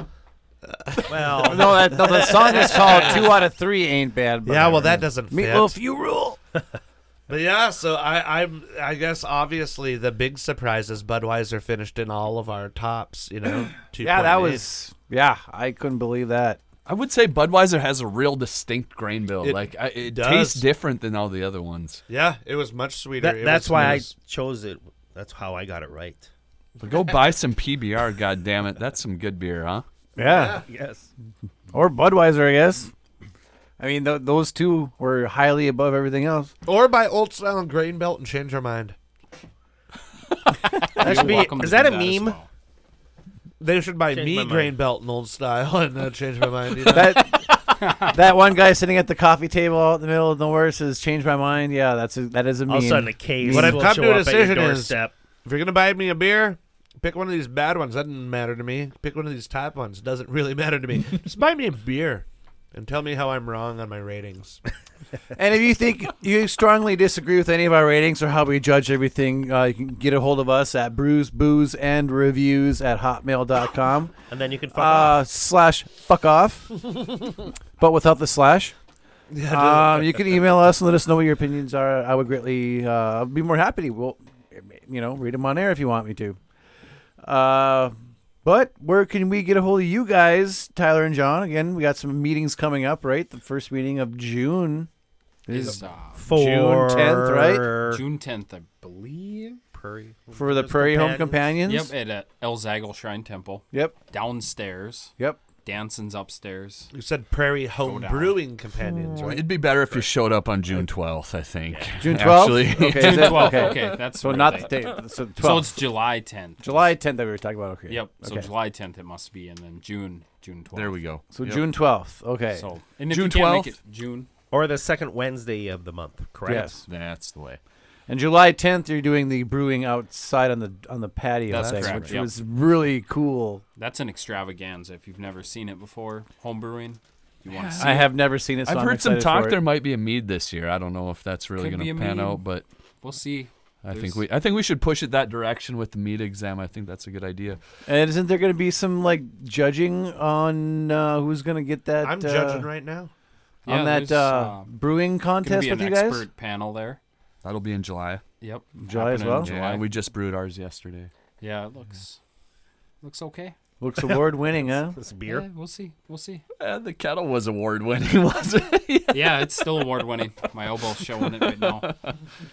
S3: well,
S6: no, that, no, the song is called Two Out of Three Ain't Bad. But
S2: yeah, well that doesn't fit.
S6: Meatloaf, you rule.
S2: But yeah, so I, I'm I guess obviously the big surprise is Budweiser finished in all of our tops. You know,
S6: Yeah, that
S2: 2.8.
S6: was.
S1: Yeah, I couldn't believe that.
S4: I would say Budweiser has a real distinct grain bill.
S2: It
S4: like I, it
S2: does.
S4: tastes different than all the other ones.
S2: yeah, it was much sweeter.
S3: that,
S2: It
S3: that's
S2: was-
S3: why
S2: it
S3: I
S2: was-
S3: chose it. That's how I got it right.
S4: But go buy some PBR, God damn it, that's some good beer, huh?
S1: Yeah.
S3: Yes.
S1: Or Budweiser, I guess. I mean, th- those two were highly above everything else.
S2: or buy old style and grain belt and change our mind.
S3: That should be,
S5: welcome
S3: is
S5: to
S3: that
S5: do
S3: a
S5: as
S3: meme?
S5: well.
S2: They should buy
S3: Change my
S2: me
S3: mind.
S2: grain belt and old style and uh, change my mind. You know?
S1: That that one guy sitting at the coffee table out in the middle of nowhere says, "Change my mind." Yeah, that's a, that is a
S3: All of a
S1: meme.
S3: sudden, a case.
S2: What I've
S3: will
S2: come
S3: show
S2: to a
S3: up at your
S2: decision is-
S3: doorstep.
S2: if you're gonna buy me a beer, pick one of these bad ones. That doesn't matter to me. Pick one of these top ones. Doesn't really matter to me. Just buy me a beer and tell me how I'm wrong on my ratings.
S1: And if you think you strongly disagree with any of our ratings or how we judge everything, uh, you can get a hold of us at brews, booze, and reviews at hotmail.com
S3: and then you can fuck off.
S1: uh, slash fuck off, but without the slash. Um, you can email us and let us know what your opinions are. I would greatly uh, be more happy. to- We'll, you know, read them on air if you want me to. Uh, but where can we get a hold of you guys, Tyler and John? Again, we got some meetings coming up, right? The first meeting of June.
S5: Is, uh,
S1: June 10th, right?
S3: For-
S5: June 10th, I believe.
S3: Prairie.
S1: for the Prairie Home Companions.
S5: Yep, at uh, El Zagel Shrine Temple.
S1: Yep.
S5: Downstairs.
S1: Yep.
S5: Danson's upstairs.
S2: You said Prairie Home
S5: down.
S2: Brewing Companions, right?
S4: It'd be better if you showed up on June twelfth, I think.
S1: June 12th?
S4: Actually,
S1: Okay. is it-
S5: Okay,
S1: okay.
S5: that's
S1: So
S5: the
S1: not
S5: right
S1: the
S5: date.
S1: date. So 12th.
S5: So it's July 10th.
S1: July 10th that we were talking about. Okay.
S5: Yep. So
S1: okay.
S5: July 10th it must be, and then June, June 12th.
S4: there we go.
S1: So
S4: Yep.
S1: June 12th. Okay.
S5: So and if
S4: June
S5: you can't
S4: 12th?
S5: make it, June.
S3: Or the second Wednesday of the month, correct?
S1: yes.
S4: That's the way.
S1: And July 10th you're doing the brewing outside on the on the patio
S5: That's
S1: thing,
S5: correct,
S1: which
S5: yep.
S1: was really cool.
S5: That's an extravaganza. If you've never seen it before, home brewing, you want to see
S1: I have never seen it. So
S4: I've
S1: I'm
S4: heard some
S1: excited
S4: talk
S1: for it.
S4: there might be a mead this year. I don't know if that's really
S5: Could
S4: going
S5: be
S4: to
S5: a
S4: pan
S5: mead.
S4: out, but
S5: We'll see.
S4: I
S5: There's-
S4: think we I think we should push it that direction with the mead exam. I think that's a good idea.
S1: And isn't there going to be some like judging on uh, who's going to get that?
S2: I'm
S1: uh,
S2: judging right now.
S5: Yeah,
S1: on that
S5: there's,
S1: uh,
S5: uh,
S1: brewing
S5: Gonna
S1: contest
S5: be
S1: with
S5: an
S1: you guys.
S5: expert panel there.
S4: That'll be in July.
S5: Yep.
S1: July as
S5: happening in
S1: well?
S5: July.
S4: Yeah, we just brewed ours yesterday.
S5: yeah, it looks looks okay.
S1: Looks award winning, huh?
S3: This beer.
S5: Yeah, we'll see. We'll see.
S4: And Eh, the kettle was award winning, wasn't it?
S5: Yeah, it's still award winning. My elbow's showing it right now.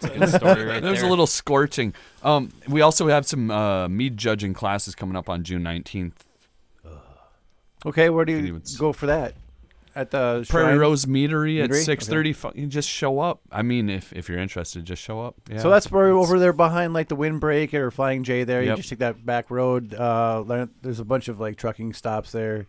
S5: It's a good story right
S4: There's a
S5: there.
S4: little scorching. Um, we also have some uh, mead judging classes coming up on June 19th.
S1: Okay, where do
S4: Can
S1: you
S4: even s-
S1: go for that? at the
S4: Prairie
S1: shrine?
S4: Rose Meadery at
S1: Meadery?
S4: six thirty. You just show up. I mean, if if you're interested, just show up. Yeah.
S1: So that's probably
S4: It's-
S1: over there behind like the Windbreaker or Flying J. There, you
S4: Yep.
S1: just take that back road. Uh, there- there's a bunch of like trucking stops there.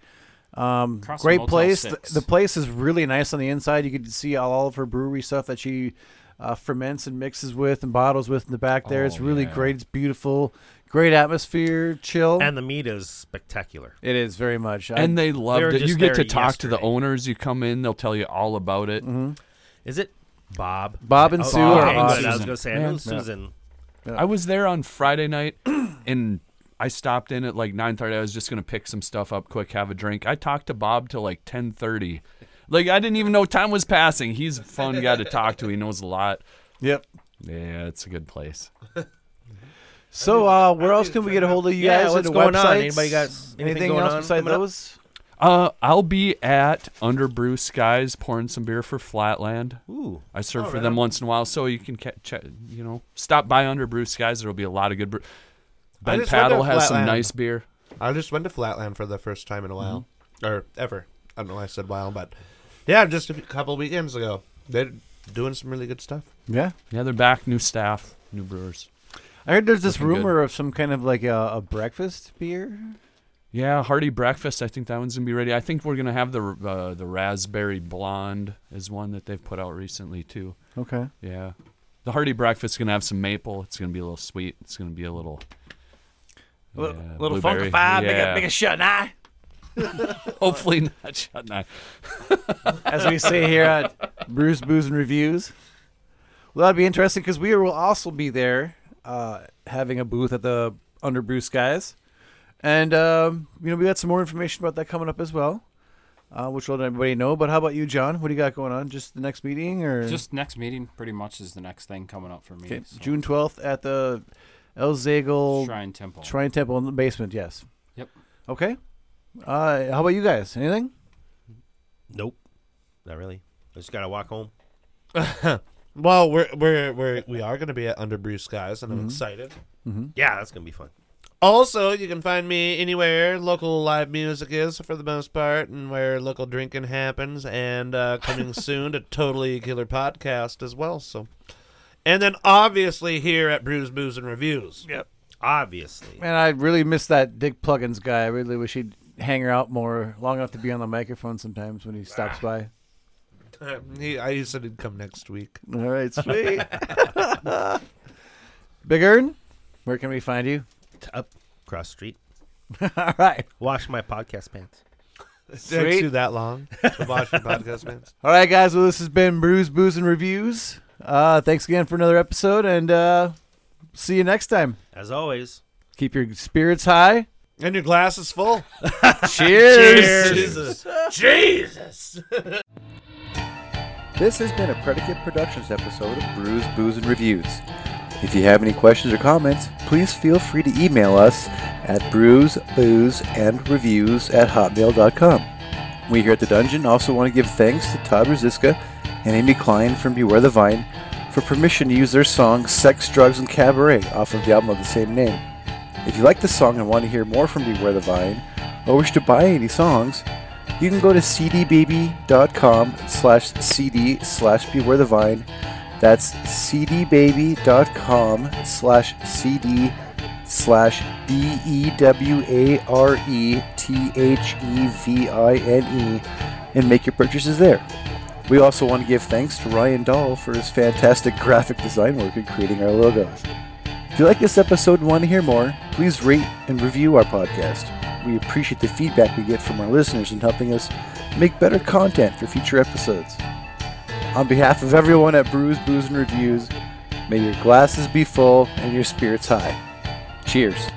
S1: Um,
S5: Across from
S1: great
S5: Motel
S1: place. The,
S5: Six.
S1: the place is really nice on the inside. You could see all of her brewery stuff that she uh, ferments and mixes with and bottles with in the back there. it's
S4: Oh,
S1: really
S4: yeah.
S1: great. It's beautiful. Great atmosphere. Chill.
S3: And the meat is spectacular.
S1: it is very much. I-
S4: and they loved
S3: were
S4: it. You
S3: just
S4: get
S3: there
S4: to talk to the
S3: yesterday.
S4: owners. You come in, they'll tell you all about it.
S3: Is it Bob?
S1: Bob and
S3: Oh,
S1: Sue are
S3: okay,
S1: awesome.
S3: good. I was gonna say I
S4: Yeah.
S3: know Susan.
S4: I was there on Friday night, and I stopped in at like nine thirty. I was just gonna pick some stuff up quick, have a drink. I talked to Bob till like ten thirty. Like I didn't even know time was passing. He's a fun guy to talk to. He knows a lot.
S1: Yep.
S4: Yeah, it's a good place.
S1: So uh, where else can we get a hold of you
S3: Yeah,
S1: guys?
S3: what's
S1: Any
S3: going on?
S1: websites?
S3: Anybody got anything going
S1: else
S3: on
S1: besides
S3: coming up?
S1: those?
S4: Uh, I'll be at Under Brew Skies pouring some beer for Flatland.
S3: Ooh.
S4: I serve for them once in a while, so you can ca- che- you know stop by Under Brew Skies. There'll be a lot of good. Brew-
S2: I
S4: ben
S2: just went to
S4: Paddle has some
S2: Flatland.
S4: nice beer.
S2: I just went to Flatland for the first time in a while,
S4: Mm-hmm.
S2: or ever. I don't know why I said while, but yeah, just a few- couple weekends ago. They're doing some really good stuff.
S1: Yeah.
S4: Yeah, they're back. New staff, new brewers.
S1: I heard there's this
S4: Looking
S1: rumor of some kind of like a, a breakfast beer.
S4: Yeah, hearty breakfast. I think that one's gonna be ready. I think we're gonna have the r- uh, the raspberry blonde is one that they've put out recently too.
S1: Okay.
S4: Yeah, the hearty breakfast is gonna have some maple. It's gonna be a little sweet. It's gonna be a little
S6: Little,
S4: yeah,
S6: little
S4: blueberry.
S6: funkified, make
S4: Yeah.
S6: a, make a shut eye.
S4: Hopefully not shut eye.
S1: As we say here at Brews, Booze, and Reviews. Well, that'd be interesting because we will also be there uh, having a booth at the Under Brew Skies. And, um, you know, we got some more information about that coming up as well, uh, which will let everybody know. But how about you, John? What do you got going on? Just the next meeting or
S5: Just next meeting, pretty much, is the next thing coming up for me.
S1: Okay,
S5: so.
S1: June 12th at the El Zagel
S5: Shrine Temple.
S1: Shrine Temple in the basement? Yes.
S5: Yep.
S1: Okay. Uh, how about you guys? Anything?
S3: Nope. Not really. I just gotta walk home.
S2: Well, we're we're we're we are going to be at Under Brew Skies,
S1: Mm-hmm.
S2: and I'm excited.
S3: Yeah, that's gonna be fun.
S2: Also, you can find me anywhere local live music is for the most part, and where local drinking happens. And uh, coming soon to Totally Killer Podcast as well. So, and then obviously here at Brews, Booze, and Reviews.
S3: Obviously.
S1: Man, I really miss that Dick Pluggins guy. I really wish he'd hang her out more long enough to be on the microphone sometimes when he stops by.
S2: Uh, He, I used to come next week.
S1: All right, sweet. Big Earn, where can we find you?
S3: Up cross street.
S1: All right.
S3: Wash my podcast pants.
S2: It
S1: Sweet.
S2: takes you that long to watch your podcast, man.
S1: All right, guys. Well, this has been Brews, Booze, and Reviews. Uh, thanks again for another episode, and uh, see you next time.
S3: As always.
S1: Keep your spirits high.
S2: And your glass is full.
S1: Cheers.
S3: Jesus.
S7: This has been a Predicate Productions episode of Brews, Booze, and Reviews. If you have any questions or comments, please feel free to email us at brews, booze, and reviews at hotmail.com. We here at The Dungeon also want to give thanks to Todd Rosiska and Amy Klein from Beware the Vine for permission to use their song Sex, Drugs, and Cabaret off of the album of the same name. If you like this song and want to hear more from Beware the Vine, or wish to buy any songs, you can go to cdbaby.com slash cd slash beware the vine that's cdbaby.com slash cd slash E b-e-w-a-r-e-t-h-e-v-i-n-e E and make your purchases there we also want to give thanks to ryan dahl for his fantastic graphic design work in creating our logos if you like this episode and want to hear more, please rate and review our podcast. We appreciate the feedback we get from our listeners in helping us make better content for future episodes. On behalf of everyone at Brews, Booze, and Reviews, may your glasses be full and your spirits high. Cheers.